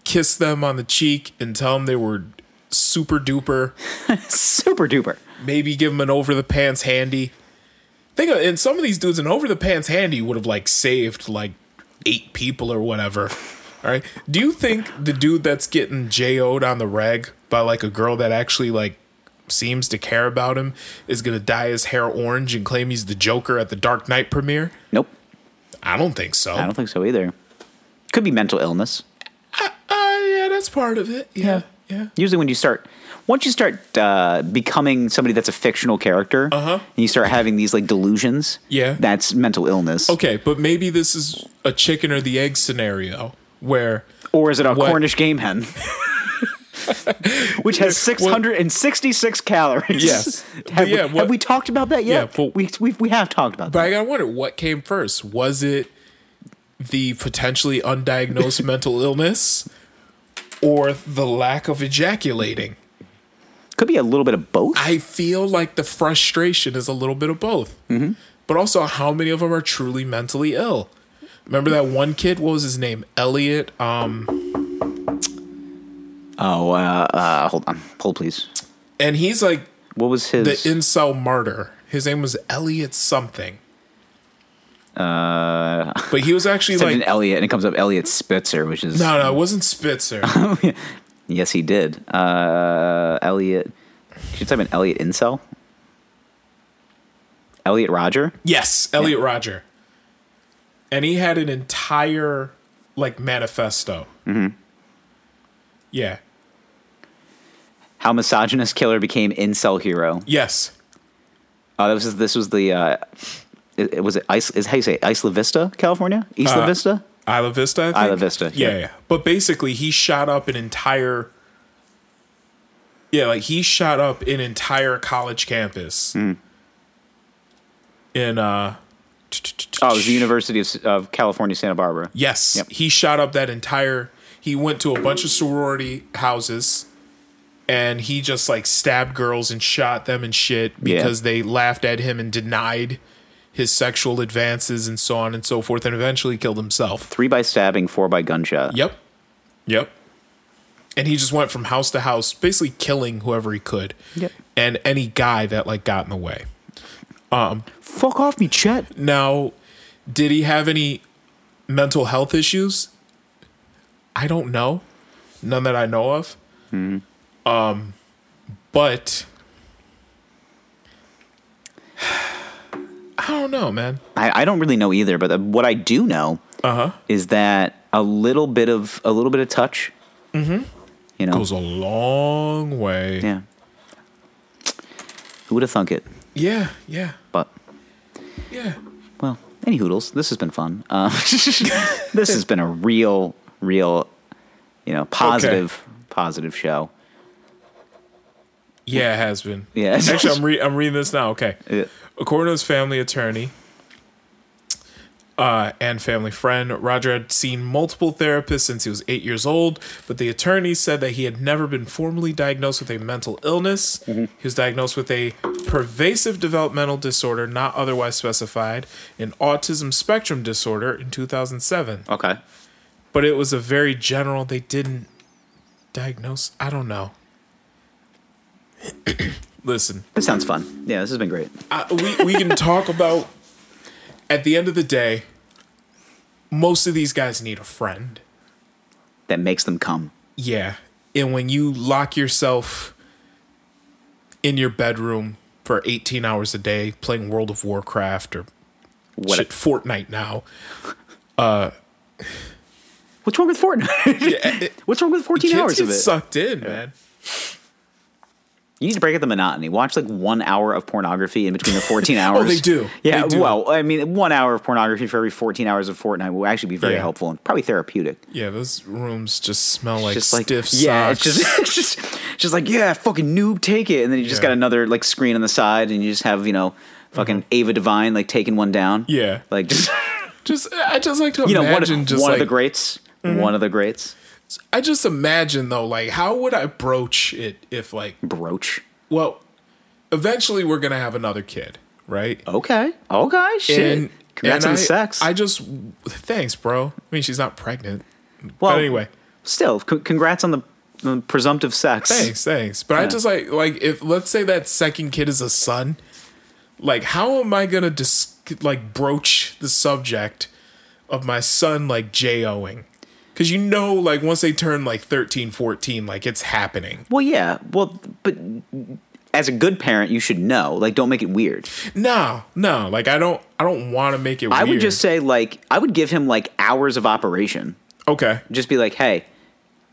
S1: kiss them on the cheek and tell them they were super duper.
S2: Super duper.
S1: Maybe give them an over the pants handy. Think of, and some of these dudes an over the pants handy would have like saved like eight people or whatever. All right. Do you think the dude that's getting JO'd on the reg by like a girl that actually like seems to care about him is gonna dye his hair orange and claim he's the Joker at the Dark Knight premiere?
S2: Nope,
S1: I don't think so.
S2: I don't think so either. Could be mental illness.
S1: Uh, yeah, that's part of it. Yeah, yeah.
S2: Usually, when you start, once you start uh, becoming somebody that's a fictional character, uh-huh. and you start having these like delusions,
S1: Yeah.
S2: that's mental illness.
S1: Okay, but maybe this is a chicken or the egg scenario where
S2: Or is it a
S1: What?
S2: Cornish
S1: [laughs]
S2: game hen? Which has 666 calories. [laughs]
S1: Yes.
S2: Have,
S1: Yeah,
S2: we,
S1: what-
S2: have we talked about that yet?
S1: Yeah, well-
S2: we, we, we have talked about
S1: but
S2: that.
S1: I gotta wonder what came first. Was it the potentially [laughs] undiagnosed mental illness or the lack of ejaculating?
S2: Could be a little bit of both.
S1: I feel like the frustration is a little bit of both. Mm-hmm. But also, how many of them are truly mentally ill? Remember that one kid? What was his name? Elliot. Um,
S2: oh, uh, uh, hold on. Hold, please.
S1: and he's like
S2: What was
S1: the
S2: his?
S1: incel martyr. His name was Elliot something. Uh, but he was [laughs] actually
S2: Typed
S1: like
S2: in Elliot, and it comes up Elliot Spitzer, which is.
S1: no, no, it wasn't [laughs] Spitzer.
S2: Yes, he did. Uh, Elliot. Should you type in Elliot Incel? Elliot Roger?
S1: yes, Elliot Roger. And he had an entire like manifesto. Mm-hmm. Yeah.
S2: How misogynist killer became incel hero.
S1: Yes.
S2: Oh, that was this was the uh, it, it was it Ice is how you say it? Isla Vista, California, East
S1: Uh,
S2: La Vista.
S1: Isla Vista. I think?
S2: Isla Vista,
S1: Yeah,
S2: yeah.
S1: yeah, But basically, he shot up an entire. Yeah, like he shot up an entire college campus.
S2: Mm.
S1: In uh.
S2: Oh, it was the University of, of California, Santa Barbara.
S1: Yes,
S2: Yep.
S1: he shot up that entire. He went to a bunch of sorority houses, and he just like stabbed girls and shot them and shit
S2: Yeah.
S1: because they laughed at him and denied his sexual advances and so on and so forth, and eventually killed himself.
S2: Three by stabbing, four by gunshot.
S1: Yep. Yep. And he just went from house to house, basically killing whoever he could.
S2: Yep.
S1: And any guy that like got in the way.
S2: Fuck off me, Chet.
S1: Now, did he have any mental health issues? I don't know. None that I know of. Um but [sighs] I don't know, man.
S2: I, I don't really know either, but uh, what I do know
S1: Uh-huh.
S2: is that a little bit of a little bit of touch. Mm-hmm. You know.
S1: Goes a long way.
S2: Yeah. Who would have thunk it?
S1: Yeah, yeah,
S2: But
S1: yeah.
S2: well, any hoodles. This has been fun. Uh, [laughs] this has been a real, real, you know, positive, positive show.
S1: Yeah, it has been.
S2: Yeah.
S1: Actually, I'm, re- I'm reading this now. Okay.
S2: Yeah.
S1: According to his family attorney uh, and family friend, Roger had seen multiple therapists since he was eight years old, but the attorney said that he had never been formally diagnosed with a mental illness. He was diagnosed with a pervasive developmental disorder not otherwise specified, an autism spectrum disorder in 2007.
S2: Okay.
S1: But it was a very general, they didn't diagnose. I don't know. [clears throat] Listen.
S2: This sounds fun. Yeah, this has been great.
S1: I, we we can talk about at the end of the day most of these guys need a friend
S2: That makes them come.
S1: yeah and when you lock yourself in your bedroom for 18 hours a day playing world of warcraft or
S2: What
S1: shit, fortnite now
S2: what's wrong with Fortnite?
S1: it-
S2: [laughs] what's wrong with 14
S1: kids
S2: hours
S1: get
S2: of it?
S1: sucked in man
S2: You need to break up the monotony. Watch like one hour of pornography in between
S1: [laughs]
S2: the 14 hours.
S1: Oh, they do.
S2: Yeah,
S1: They do.
S2: well, I mean, one hour of pornography for every 14 hours of Fortnite will actually be very
S1: Yeah.
S2: helpful and probably therapeutic.
S1: Yeah, those rooms just smell like
S2: just like
S1: stiff
S2: yeah, [laughs]
S1: socks.
S2: it's just, it's just it's just like yeah, fucking noob, take it, and then you just
S1: Yeah. Mm-hmm.
S2: got another like screen on the side, and you just have you know fucking Ava Divine like taking one down.
S1: Yeah.
S2: like just [laughs]
S1: Just- I just like to
S2: you know one,
S1: imagine just
S2: one of
S1: like mm-hmm.
S2: the greats, one of the greats,
S1: I just imagine though, like how would I broach it if like
S2: Broach.
S1: well, eventually we're gonna have another kid, right?
S2: Okay, okay, Oh, shit.
S1: And
S2: Congrats
S1: and
S2: on the
S1: I,
S2: sex.
S1: I just thanks, bro. I mean, she's not pregnant.
S2: well,
S1: but anyway,
S2: still, c- congrats on the, the presumptive sex.
S1: thanks, thanks. But I just like like if let's say that second kid is a son, like how am I gonna dis- like broach the subject of my son like J-O-ing? Because you know, like once they turn like 13, 14, like it's happening.
S2: Well, yeah, well, but as a good parent, you should know. Like, don't make it weird.
S1: No, no, like I don't, I don't want to make it.
S2: I
S1: weird.
S2: would just say like I would give him like hours of operation.
S1: okay.
S2: just be like, hey,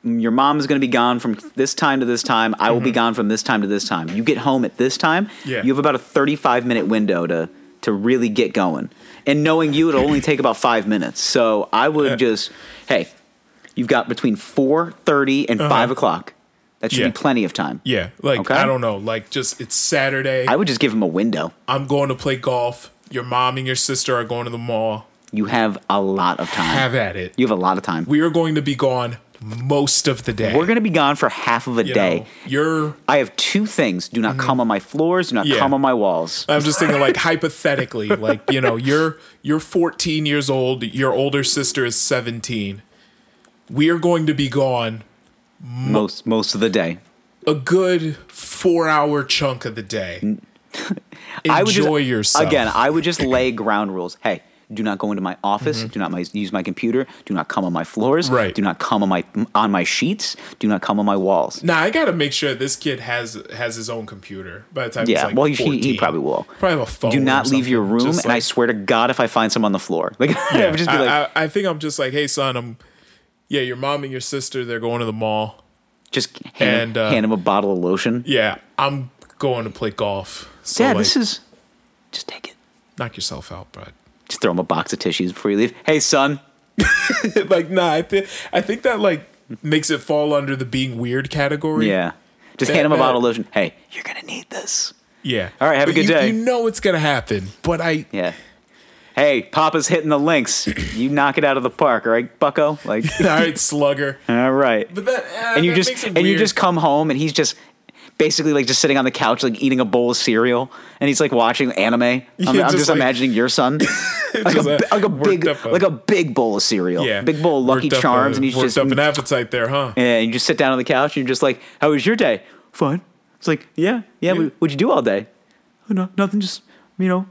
S2: your mom is going to be gone from this time to this time. I will be gone from this time to this time. You get home at this time.
S1: Mm-hmm. Yeah.
S2: You have about a 35 minute window to to really get going. And knowing you, it'll only take about five minutes. So I would just, hey, you've got between 4.30 and 5 o'clock. That should
S1: Uh-huh. Yeah.
S2: be plenty of time.
S1: Yeah, like
S2: Okay.
S1: I don't know, like just it's Saturday.
S2: I would just give him a window.
S1: I'm going to play golf. Your mom and your sister are going to the mall.
S2: You have a lot of time.
S1: Have at it.
S2: you have a lot of time.
S1: We are going to be gone most of the day.
S2: We're going to be gone for half of a
S1: You
S2: day.
S1: know, you're.
S2: I have two things. Do not come on my floors. Do not
S1: Yeah.
S2: come on my walls.
S1: I'm just thinking, like
S2: [laughs]
S1: hypothetically, like you know, you're you're 14 years old. Your older sister is 17. We are going to be gone
S2: most most of the day.
S1: a good four hour chunk of the day. Enjoy
S2: [laughs] I would just,
S1: yourself
S2: Again, I would just lay ground rules. Hey, do not go into my office. Do not my, use my computer. Do not come on my floors.
S1: Mm-hmm. Right.
S2: Do not come on my on my sheets. Do not come on my walls.
S1: Nah, I gotta make sure this kid has has his own computer by the time. he's
S2: Yeah,
S1: like
S2: well, he- he
S1: 14.
S2: probably will.
S1: Probably have a phone.
S2: Do
S1: or
S2: not leave your
S1: something.
S2: room.
S1: Just
S2: and I
S1: like-
S2: swear to God, if I find some on the floor, like [laughs] I would just be
S1: I,
S2: like,
S1: I, I think I'm just like, hey, son, I'm. Yeah, your mom and your sister they're going to the mall.
S2: just
S1: and,
S2: hand,
S1: uh,
S2: hand him a bottle of lotion.
S1: Yeah, I'm going to play golf. So
S2: Dad,
S1: like,
S2: this is just take it.
S1: knock yourself out, bud. [laughs]
S2: Just throw him a box of tissues before you leave. Hey, son.
S1: like, nah, I think I think that like makes it fall under the being weird category.
S2: Yeah. Just
S1: That-
S2: hand him a
S1: that-
S2: bottle of lotion. Hey, you're gonna need this.
S1: yeah.
S2: All right, have a
S1: But
S2: good
S1: you-
S2: day.
S1: You know it's gonna happen, but I.
S2: Yeah. Hey, Papa's hitting
S1: [clears throat]
S2: the links. You knock it out of the park, all right, Bucko?
S1: [laughs]
S2: Like,
S1: [laughs] All right,
S2: [laughs]
S1: slugger.
S2: all right.
S1: But that uh,
S2: and you
S1: that
S2: just
S1: makes it
S2: and you
S1: weird.
S2: just come home, and he's just basically like just sitting on the couch, like eating a bowl of cereal, and he's like watching anime.
S1: [laughs]
S2: I'm, I'm
S1: just
S2: just,
S1: like-
S2: imagining
S1: [laughs]
S2: your son, like, a,
S1: Just, uh,
S2: bi- like a
S1: worked
S2: big
S1: up a-
S2: like a big bowl of cereal, big bowl of Lucky
S1: Worked up a-
S2: Charms, and he's
S1: worked
S2: just
S1: up an appetite there, huh?
S2: and you just sit down on the couch, and you're just like, "How was your day? Fun." It's like, "Yeah, yeah."
S1: Yeah.
S2: what- What'd you do all day? Oh, no, nothing. Just you know,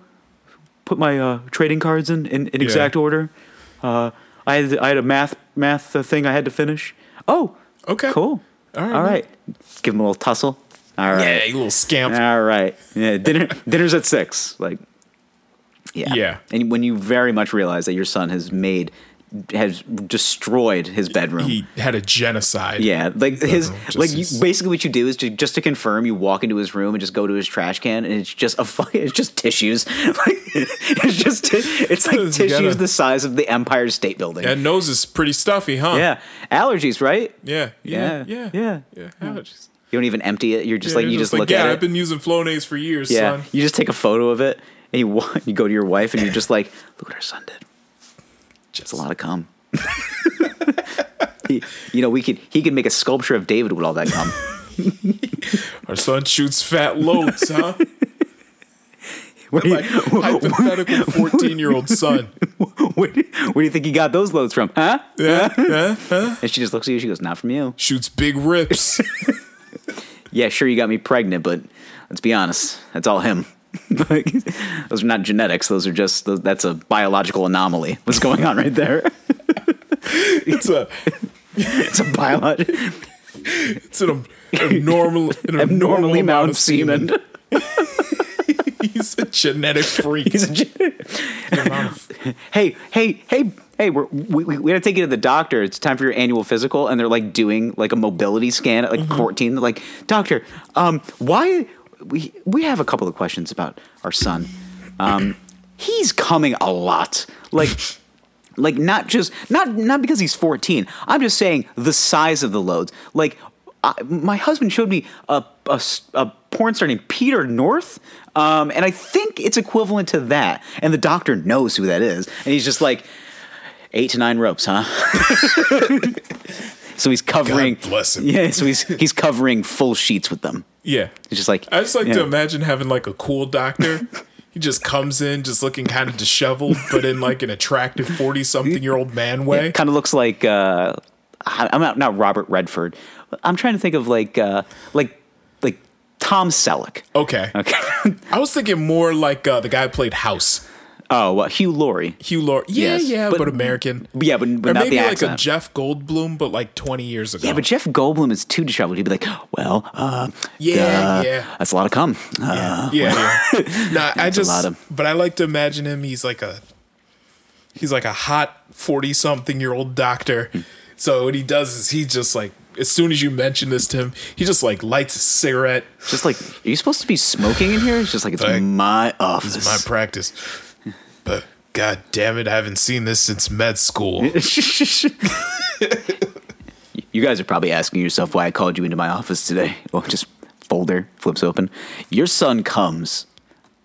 S2: put my uh, trading cards in in, in exact order. Uh, I had I had a math math uh, thing I had to finish. Oh,
S1: Okay.
S2: cool.
S1: All right,
S2: all
S1: man.
S2: right. Give him a little tussle. All
S1: Yeah,
S2: right.
S1: you little scamp.
S2: All right.
S1: [laughs]
S2: Yeah. Dinner dinner's at six. Like. Yeah.
S1: Yeah.
S2: And when you very much realize that your son has made has destroyed his bedroom.
S1: He had a genocide.
S2: Yeah, like his
S1: just
S2: like you,
S1: his-
S2: basically what you do is to, just to confirm you walk into his room and just go to his trash can and it's just a fucking [laughs] it's just tissues like it's just ti-
S1: [laughs]
S2: it's like
S1: You
S2: tissues
S1: gotta-
S2: the size of the Empire State Building.
S1: That nose is pretty stuffy, huh?
S2: yeah, allergies, right?
S1: Yeah. Yeah. Yeah.
S2: Yeah. Yeah.
S1: Yeah. Allergies.
S2: You don't even empty it. You're just like
S1: You're
S2: you just, look
S1: yeah,
S2: at
S1: I've
S2: it.
S1: been using Flonase for years,
S2: Yeah,
S1: son.
S2: you just take a photo of it and you wa- [laughs] you go to your wife and you're just like, look what our son did.
S1: Just
S2: It's a lot of cum. [laughs] he, you know, we could he could make a sculpture of David with all that cum.
S1: Our son shoots fat loads,
S2: [laughs]
S1: huh? My
S2: [laughs]
S1: hypothetical 14 year old son.
S2: where, do- where do you think he got those loads from? Huh?
S1: Yeah, yeah, huh?
S2: And she just looks at you. She goes, "Not from you."
S1: Shoots big
S2: [laughs]
S1: rips.
S2: Yeah, sure, you got me pregnant, but let's be honest, that's all him. [laughs] Like, those are not genetics. Those are just those, that's a biological anomaly. What's going on right there? [laughs]
S1: It's a
S2: It's a biological
S1: it's an abnormal an abnormal
S2: abnormally amount of semen.
S1: [laughs]
S2: [laughs]
S1: He's a genetic freak.
S2: [laughs] He's a gen-
S1: The amount of-
S2: [laughs] hey, hey, hey, hey, we're, we we we gotta take you to the doctor. It's time for your annual physical, and they're like doing like a mobility scan at like fourteen. They're like, doctor, um, why we we have a couple of questions about our son. Um, he's coming a lot, like. Like not just not not because he's 14. I'm just saying the size of the loads. Like I, my husband showed me a, a s- a porn star named Peter North, um, and I think it's equivalent to that. And the doctor knows who that is, and he's just like eight to nine ropes, huh? [laughs] so he's covering.
S1: God bless him.
S2: [laughs] Yeah, so he's he's covering full sheets with them.
S1: Yeah.
S2: It's just like
S1: I just like
S2: yeah.
S1: to imagine having like a cool
S2: [laughs]
S1: doctor. he just comes in just looking kind of disheveled, but in like an attractive 40 something year old man way.
S2: kind of looks like uh, I- I'm not not Robert Redford. I'm trying to think of like uh, like like Tom
S1: [laughs]
S2: Selleck.
S1: Okay.
S2: Okay.
S1: I was thinking more like uh, the guy who played House.
S2: oh, uh, Hugh Laurie.
S1: Hugh Laurie. Yeah,
S2: Yes,
S1: yeah,
S2: but-
S1: but, American.
S2: Yeah, but, but
S1: or
S2: not
S1: maybe
S2: the
S1: like
S2: accent.
S1: a Jeff Goldblum, but like 20 years ago.
S2: yeah, but Jeff Goldblum is too disheveled. He'd be like, "Well, uh,
S1: Yeah,
S2: uh,
S1: yeah.
S2: that's a lot of cum." Uh,
S1: yeah, yeah. [laughs]
S2: [laughs]
S1: Nah, I
S2: That's a
S1: just,
S2: lot of-
S1: but I like to imagine him. He's like a, he's like a hot forty-something-year-old doctor.
S2: Hmm.
S1: So what he does is he just like, as soon as you mention this to him, he just like lights a cigarette.
S2: Just like, are you supposed to be smoking in here? It's just like it's
S1: Like,
S2: my
S1: This
S2: office.
S1: is my practice, but god damn it, I haven't seen this since med school.
S2: [laughs] you guys are probably asking yourself why I called you into my office today. [laughs] Well, just folder flips open. Your son comes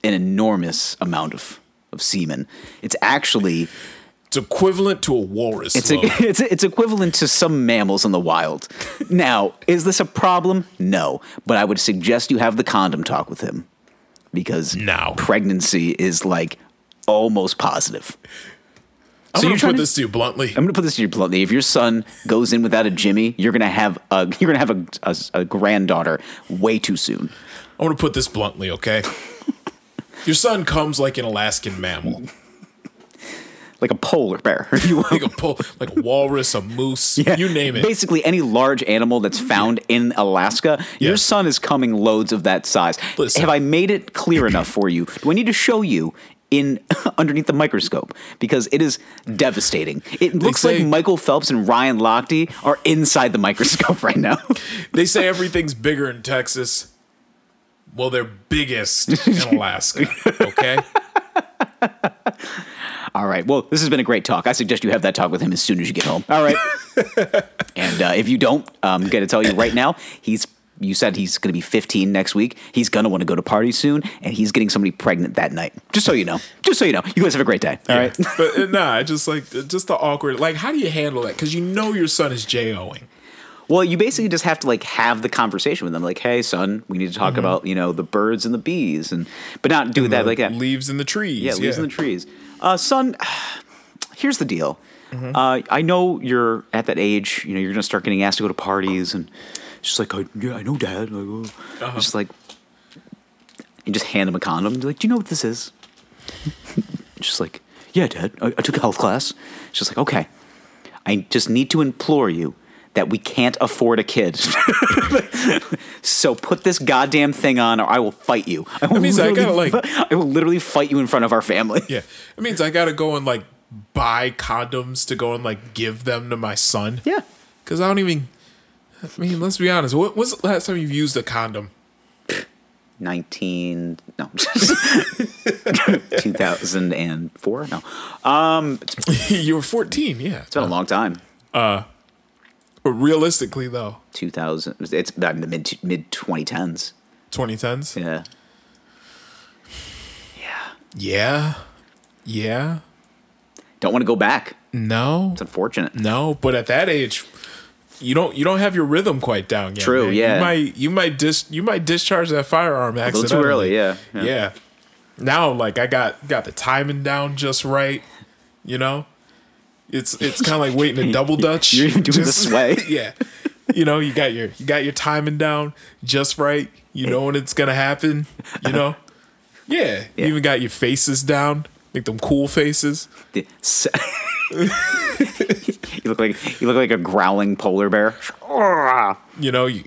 S2: an enormous amount of of semen. It's actually
S1: It's equivalent to a walrus.
S2: it's, a,
S1: load.
S2: [laughs] it's it's equivalent to some mammals in the wild. Now, is this a problem? No, but I would suggest you have the condom talk with him because
S1: No.
S2: pregnancy is like almost positive.
S1: I'm gonna
S2: so you're
S1: put
S2: trying to-
S1: this to you bluntly.
S2: I'm gonna put this to you bluntly. If your son goes in without a Jimmy, you're gonna have a [laughs] you're gonna have a, a, a granddaughter way too soon.
S1: I want to put this bluntly,
S2: [laughs]
S1: okay? Your son comes like an Alaskan mammal,
S2: Like a polar bear, [laughs] if you will.
S1: like a pole, like a walrus, a moose, you name it.
S2: Basically, any large animal that's found in Alaska, your
S1: Yeah.
S2: son is coming loads of that size.
S1: Listen.
S2: Have I made
S1: [clears throat]
S2: it clear enough for you? Do I need to show you in [laughs] underneath the microscope because it is devastating. It looks
S1: say-
S2: like Michael Phelps and Ryan Lochte are inside the microscope [laughs] right now.
S1: They say everything's bigger in Texas. Well, they're biggest in Alaska. Okay.
S2: All right. Well, this has been a great talk. I suggest you have that talk with him as soon as you get home. All right. [laughs] and uh, if you don't, I'm going to tell you right now, he's. You said he's going to be 15 next week. He's going to want to go to parties soon, and he's getting somebody pregnant that night. Just so you know. Just so you know. You guys have a great day. [laughs] All right.
S1: But uh, nah, I just like just the awkward. Like, how do you handle that? Because you know your son is J-O-ing.
S2: [laughs] Well, you basically just have to like have the conversation with them. Like, hey, son, we need to talk about you know the birds and the bees, Mm-hmm. and but not do that like that.
S1: Leaves in the trees.
S2: Yeah, leaves in the trees. Uh, son, [sighs] here's the deal.
S1: Mm-hmm.
S2: Uh, I know you're at that age. You know, you're gonna start getting asked to go to parties, and it's just like, I, yeah, I know, Dad. Like, uh,
S1: Uh-huh.
S2: it's Just like, you just hand him a condom. You're like, do you know what this is? just like, yeah, Dad. I, I took a health class. It's just like, okay. I just need to implore you that we can't afford a kid. [laughs] so put this goddamn thing on, or I will fight you. I will,
S1: means I
S2: literally
S1: gotta, like-
S2: fi- I will literally fight you in front of our family.
S1: Yeah. It means I gotta go and like buy condoms to go and like give them to my son.
S2: Yeah.
S1: Because I don't even. I mean, let's be honest. What was the last time you've used a condom? [laughs]
S2: 19 no [laughs] 2004 no Uh, um it's been
S1: you were 14, yeah.
S2: a long time
S1: But realistically, though,
S2: 2000 it's about in the mid mid 2010s
S1: 2010s.
S2: yeah
S1: Yeah. Yeah.
S2: don't want to go back
S1: No.
S2: it's unfortunate
S1: No, but at that age, you don't you don't have your rhythm quite down yet.
S2: True,
S1: man.
S2: yeah.
S1: You might you might dis you might discharge that firearm
S2: little
S1: accidentally.
S2: too early yeah,
S1: Yeah. Now like I got got the timing down just right, you know? It's it's kind of like waiting
S2: [laughs]
S1: a double dutch.
S2: You're doing
S1: [laughs]
S2: the sway.
S1: yeah. You know, you got your you got your timing down just right. You know when it's going to happen, you
S2: [laughs]
S1: know? Yeah. You even got your faces down, like them cool faces.
S2: The- s- [laughs] you look like you look like a growling polar bear
S1: You know, you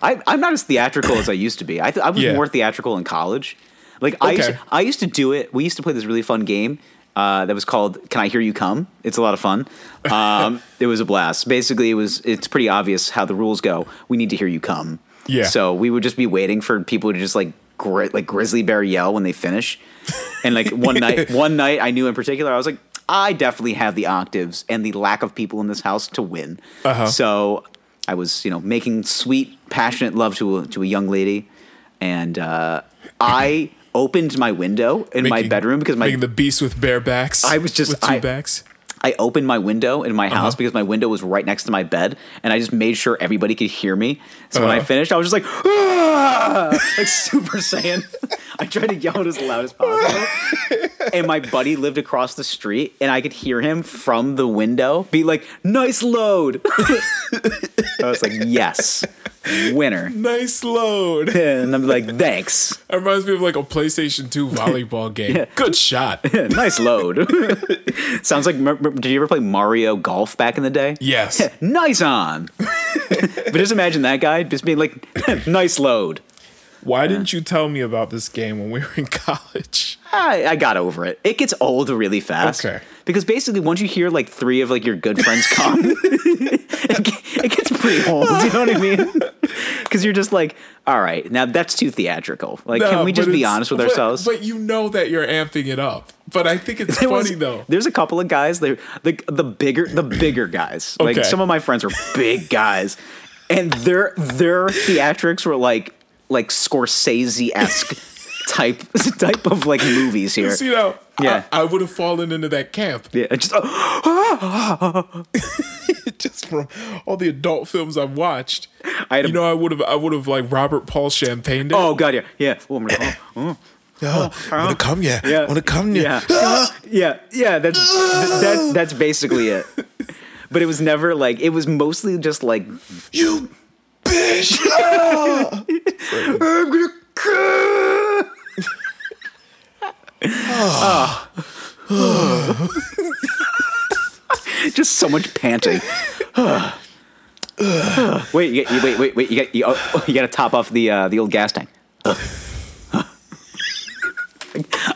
S2: I, I'm not as theatrical as I used to be. I, th- I was
S1: Yeah.
S2: more theatrical in college. Like I, used
S1: Okay.
S2: I used to do it. We used to play this really fun game uh, that was called "Can I Hear You Come?" It's a lot of fun.
S1: [laughs]
S2: Um, it was a blast. Basically, it was it's pretty obvious how the rules go. We need to hear you come.
S1: Yeah.
S2: So we would just be waiting for people to just like gri- like grizzly bear yell when they finish. And like one
S1: [laughs]
S2: night, one night I knew in particular, I was like, I definitely have the octaves and the lack of people in this house to win.
S1: Uh-huh.
S2: So I was you know making sweet, passionate love to a, to a young lady, and uh, I. Opened my window in my
S1: Making-
S2: bedroom because my
S1: making the beast with bare backs.
S2: I was just-
S1: with two
S2: I-
S1: backs.
S2: I opened my window in my
S1: Uh-huh.
S2: house because my window was right next to my bed, and I just made sure everybody could hear me. So when I
S1: Uh-huh.
S2: finished, I was just like, "Ah!" like [laughs] Super Saiyan. I tried to yell it as loud as possible. and my buddy lived across the street, and I could hear him from the window be like, "Nice load." [laughs] I was like, "Yes, winner."
S1: Nice
S2: [laughs]
S1: load.
S2: And I'm like, "Thanks,
S1: That reminds me of like a PlayStation 2
S2: [laughs]
S1: volleyball game. Good shot. [laughs]
S2: nice load." Sounds like. remember- Did you ever play Mario Golf back in the day?
S1: Yes.
S2: [laughs] nice on. but just imagine that guy just being like, [laughs] nice load.
S1: Why didn't you tell me about this game when we were in [laughs] college?
S2: I, I got over it. It gets old really fast.
S1: Okay.
S2: Because basically, once you hear like three of like your good
S1: [laughs]
S2: friends come, it, ge- it gets pretty old. You know what I mean?
S1: [laughs]
S2: Because you're just like, all right, now that's too theatrical. Like,
S1: No,
S2: can we
S1: but
S2: just be
S1: it's-
S2: honest with
S1: but-
S2: ourselves?
S1: But you know that you're amping it up. But I think it's
S2: [laughs] There
S1: funny
S2: was-
S1: though.
S2: There's a couple of guys. They the the bigger the bigger guys.
S1: Okay.
S2: Like some of my friends are big guys, and their their theatrics were like like Scorsese esque [laughs] type type of like movies here.
S1: So, you know,
S2: Yeah.
S1: I, would have fallen into that camp [laughs]
S2: Yeah, it's just [gasps] oh,
S1: just from all the adult films I've watched.
S2: I had a-
S1: you know, I would have, I would have like Robert Paul Champagne. it.
S2: oh god, yeah, yeah.
S1: [laughs]
S2: Oh, I'm gonna- oh, oh,
S1: wanna come Ah, yet?
S2: yeah. Yeah,
S1: [gasps]
S2: yeah, yeah. That's that, that's basically it. But it was never like it was mostly just like
S1: You bitch!
S2: I'm gonna cry. [laughs] Just so much panting. [sighs] wait, you, you- wait, wait, wait! You got you, oh, you got to top off the uh, the old gas tank. [laughs] I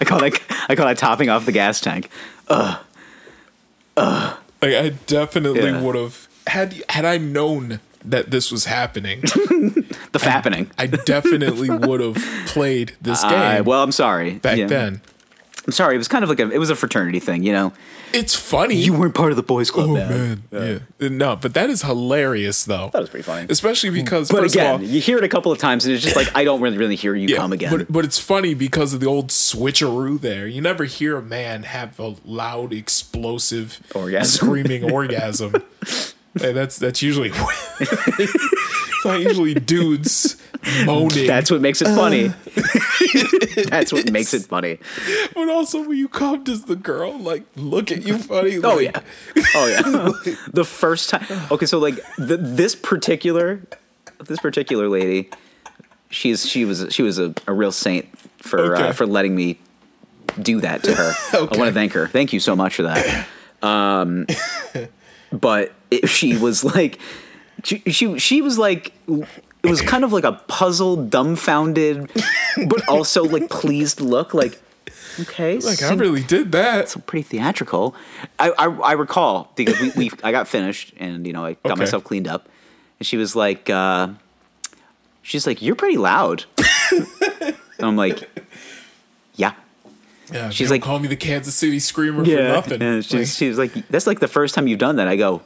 S2: call that I call that topping off the gas tank.
S1: Like I definitely
S2: Yeah.
S1: would have had had I known that this was happening.
S2: The fapping.
S1: I
S2: [laughs]
S1: definitely would have played this game
S2: I, well, I'm sorry.
S1: back
S2: Yeah.
S1: then.
S2: I'm sorry. It was kind of like a it was a fraternity thing, you know.
S1: It's funny.
S2: You weren't part of the boys club,
S1: oh
S2: man.
S1: man, yeah. No, but that is hilarious though. That
S2: was pretty funny. Mm.
S1: especially because
S2: But
S1: first
S2: again,
S1: of all,
S2: you hear it a couple of times, and it's just like I don't really, really hear you
S1: yeah,
S2: come again.
S1: But, but it's funny because of the old switcheroo there. You never hear a man have a loud, explosive,
S2: Orgasm. [laughs]
S1: screaming orgasm. Hey, that's that's usually [laughs] it's not usually dudes moaning.
S2: That's what makes it funny.
S1: Uh, [laughs]
S2: [laughs] That's what makes it funny.
S1: But also, when you come, does the girl like look at you funny?
S2: Oh
S1: Like,
S2: yeah, oh yeah.
S1: [laughs]
S2: the first time. Okay, so like th- this particular, this particular lady, she's she was she was a, a real saint for uh,
S1: Okay.
S2: for letting me do that to
S1: [laughs]
S2: her. I want
S1: Okay.
S2: to thank her. Thank you so much for that. Um, but it, she was like, she, she she was like, it was kind of like a puzzled, dumbfounded, but also like pleased look. Like, okay,
S1: Like I
S2: seems-
S1: really did that.
S2: pretty theatrical. I, I, I recall because we, we I got finished and you know I got
S1: Okay.
S2: myself cleaned up, and she was like, uh, she's like, you're pretty loud. and I'm like, yeah,
S1: Yeah,
S2: She's
S1: she's like,
S2: like-
S1: call me the Kansas City Screamer for nothing.
S2: And she's, she's like, that's like the first time you've done that. I go,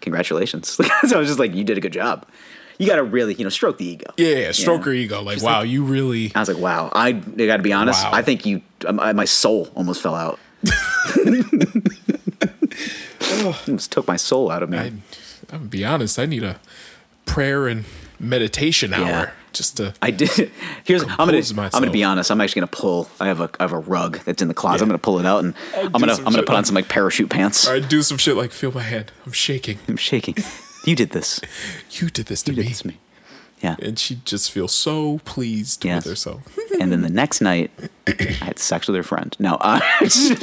S2: congratulations. [laughs] so I was just like, you did a good job. You got to really you know stroke the ego.
S1: yeah, yeah, stroke
S2: Yeah.
S1: her ego. Like, wow, you really.
S2: I was like, wow. I, I got to be honest.
S1: Wow.
S2: I think you, um, I, my soul almost
S1: [laughs]
S2: fell out. [laughs] almost took my soul out of me.
S1: I, I'm gonna be honest. I need a prayer and meditation hour
S2: Yeah.
S1: just to.
S2: I did. [laughs] Here's I'm gonna
S1: Compose
S2: I'm gonna
S1: myself.
S2: be honest. I'm actually gonna pull. I have a I have a rug that's in the closet. I'm gonna pull it out and i am
S1: do
S2: gonna I'm
S1: some
S2: gonna
S1: shit.
S2: put on some like parachute pants.
S1: I do some shit like feel my hand. I'm shaking.
S2: I'm shaking. You did this.
S1: You did this to
S2: You did
S1: me.
S2: this to me.
S1: [laughs]
S2: Yeah.
S1: And she just feels so pleased
S2: Yes.
S1: with herself. [laughs]
S2: And then the next night, I had sex with her friend. No, uh,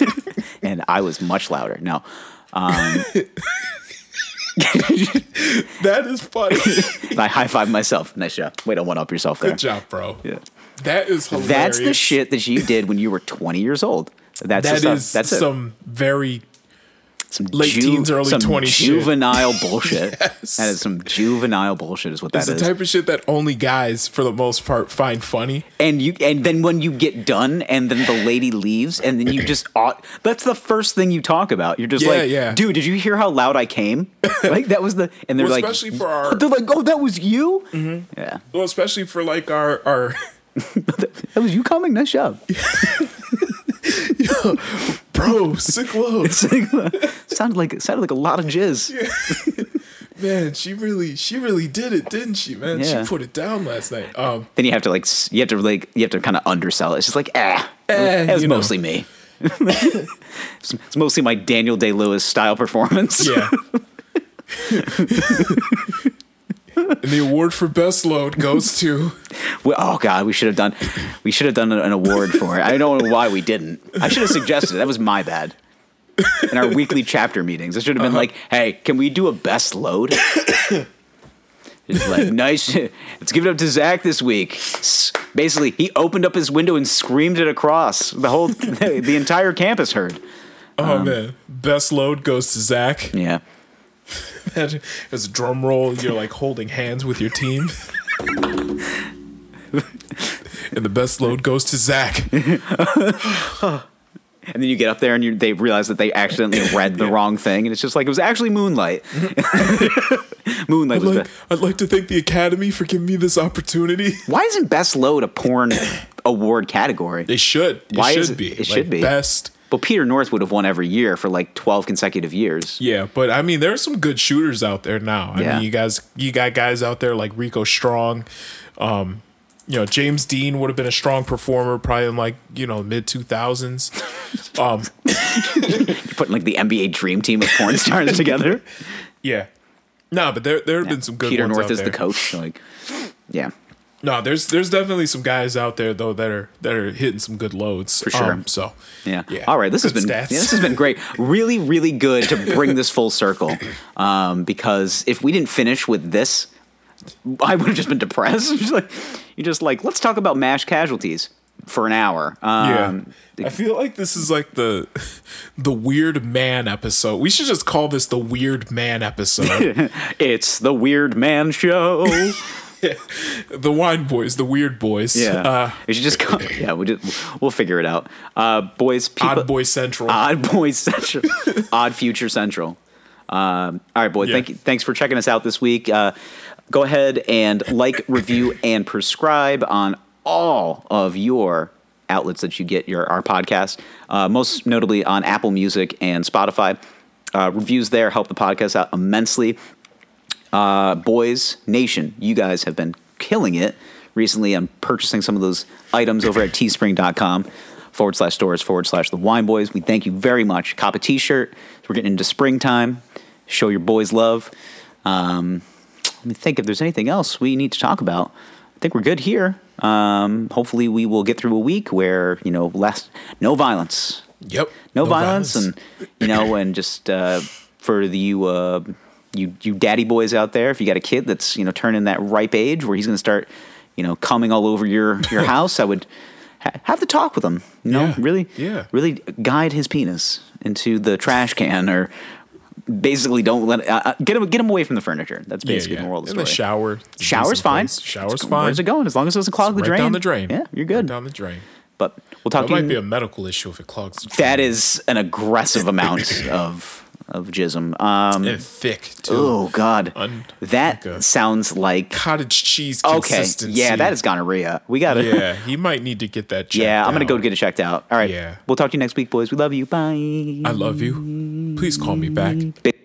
S2: [laughs] and I was much louder. No, um,
S1: That is
S2: [laughs]
S1: funny.
S2: and I high five myself. Nice job. Way to one up yourself there.
S1: Good job, bro.
S2: Yeah.
S1: That is hilarious.
S2: That's the shit that you did when you were 20 years old. That's the
S1: That
S2: stuff.
S1: is
S2: That's it.
S1: some very
S2: some
S1: late teens, early
S2: some
S1: 20s shit.
S2: juvenile
S1: [laughs]
S2: bullshit. That is some juvenile bullshit, is what
S1: it's
S2: that
S1: the
S2: is.
S1: type of shit that only guys for the most part find funny.
S2: and you, and then when you get done, and then the lady leaves,
S1: [clears throat]
S2: and then you just ought, that's the first thing you talk about. You're just
S1: Yeah,
S2: like,
S1: yeah.
S2: dude, did you hear how loud
S1: [laughs]
S2: I came? like that was the, and they're
S1: Well,
S2: like,
S1: especially for our- Mm-hmm.
S2: they're like, oh, that was you. Yeah,
S1: Well, especially for like our our [laughs]
S2: that was you coming. Nice job.
S1: bro, sick
S2: [laughs]
S1: loads.
S2: [laughs] sounded like sounded like a lot of jizz.
S1: Man, she really she really did it, didn't she, man?
S2: Yeah.
S1: She put it down last night. Um
S2: Then you have to like, s- you have to like, you have to kind of undersell it. It's just like, ah,
S1: Eh,
S2: that was
S1: you know.
S2: mostly me. [laughs] it's, it's mostly my Daniel Day Lewis style performance. [laughs]
S1: yeah. [laughs] and the award for best load goes to
S2: We- oh God, we should have done, we should have done an award for it. I don't know why we didn't. I should have suggested. it. That was my bad. In our weekly chapter meetings, I should have
S1: Uh-huh.
S2: been like, "Hey, can we do a best load?" It's like nice. Let's give it up to Zach this week. S- Basically, he opened up his window and screamed it across the whole, [laughs] the entire campus heard.
S1: Oh
S2: Um,
S1: man. Best load goes to
S2: [laughs]
S1: Zach.
S2: Yeah.
S1: Imagine There's a drum roll, you're like holding hands with your
S2: [laughs]
S1: team. and the best load goes to Zach.
S2: And then you get up there and you, they realize that they accidentally
S1: [laughs]
S2: read the wrong thing. And it's just like, it was actually Moonlight. Moonlight was
S1: Like,
S2: the.
S1: I'd like to thank the Academy for giving me this opportunity. [laughs]
S2: Why isn't Best Load
S1: [coughs]
S2: a porn award category?
S1: It should. It
S2: Why
S1: should
S2: is it-
S1: be.
S2: it
S1: Like,
S2: should be.
S1: Best.
S2: But Peter North would have won every year for like 12 consecutive years.
S1: Yeah, but I mean, there are some good shooters out there now. I
S2: Yeah.
S1: mean, you guys, you got guys out there like Rico Strong. Um, you know, James Dean would have been a strong performer probably in like you know mid two thousands. [laughs] Um,
S2: You're putting like the NBA dream team of
S1: [laughs]
S2: porn stars together.
S1: yeah, no, but there there have been some good
S2: Peter
S1: ones
S2: North
S1: out
S2: is
S1: there.
S2: the coach. Like, yeah.
S1: No, there's there's definitely some guys out there though that are that are hitting some good loads for
S2: sure.
S1: so
S2: Yeah.
S1: Yeah.
S2: All right. This has
S1: Good
S2: been
S1: stats.
S2: yeah, this has been great. Really, really good to bring this
S1: [laughs]
S2: full circle. Um, because if we didn't finish with this, I would have just been depressed. [laughs] Just like, you're just like, let's talk about mash casualties for an hour. Um,
S1: yeah, I feel like this is like the [laughs] the weird man episode. We should just call this the weird man
S2: [laughs]
S1: episode.
S2: It's the Weird Man Show.
S1: [laughs] the wine boys, the weird boys.
S2: Yeah.
S1: Uh,
S2: we should just call, yeah. We'll, just, we'll figure it out. Uh, boys, people,
S1: Odd Boy Central.
S2: Odd Boy Central,
S1: [laughs]
S2: Odd Future Central. Um, all right, boy.
S1: Yeah.
S2: Thank you. Thanks for checking us out this week. Uh, go ahead and like, [laughs] review, and prescribe on all of your outlets that you get your our podcast. Uh, most notably on Apple Music and Spotify. Uh, reviews there help the podcast out immensely. Uh, boys Nation, you guys have been killing it recently. I'm purchasing some of those items over at teespring.com forward slash stores forward slash the wine boys. We thank you very much. Cop a t shirt. We're getting into springtime. Show your boys love. Um, let me think if there's anything else we need to talk about. I think we're good here. Um, hopefully, we will get through a week where, you know, last, no violence
S1: Yep.
S2: no, violence, and you know
S1: [clears throat]
S2: and just uh, for the you uh, you you daddy boys out there if you got a kid that's you know turning that ripe age where he's going to start you know coming all
S1: [laughs]
S2: over your your house i would ha- have the talk with him you know
S1: Yeah,
S2: really
S1: yeah.
S2: really guide his penis into the trash can or basically don't let uh, uh, get him get him away from the furniture that's
S1: Yeah,
S2: basically
S1: yeah.
S2: the moral of the
S1: In
S2: story
S1: the shower.
S2: shower's
S1: Decent
S2: fine
S1: place. Shower's
S2: It's-
S1: fine.
S2: where's it going as long as it doesn't clog the
S1: Right
S2: drain
S1: down the drain.
S2: yeah you're
S1: Right
S2: good
S1: down the drain.
S2: but we'll talk
S1: That
S2: to you
S1: might be a medical issue if it clogs. the
S2: that
S1: drain.
S2: is an
S1: [laughs]
S2: aggressive amount of of jism. Um,
S1: And thick too.
S2: oh God,
S1: Un-
S2: that
S1: like a-
S2: sounds like
S1: Cottage cheese.
S2: okay.
S1: Consistency.
S2: Yeah, that is gonorrhea. We got it. [laughs]
S1: Yeah, he might need to get that. Checked
S2: I'm gonna go
S1: out.
S2: get it checked out. All right.
S1: Yeah.
S2: We'll talk to you next week, boys. We love you. Bye.
S1: I love you. Please call me back.
S2: Big-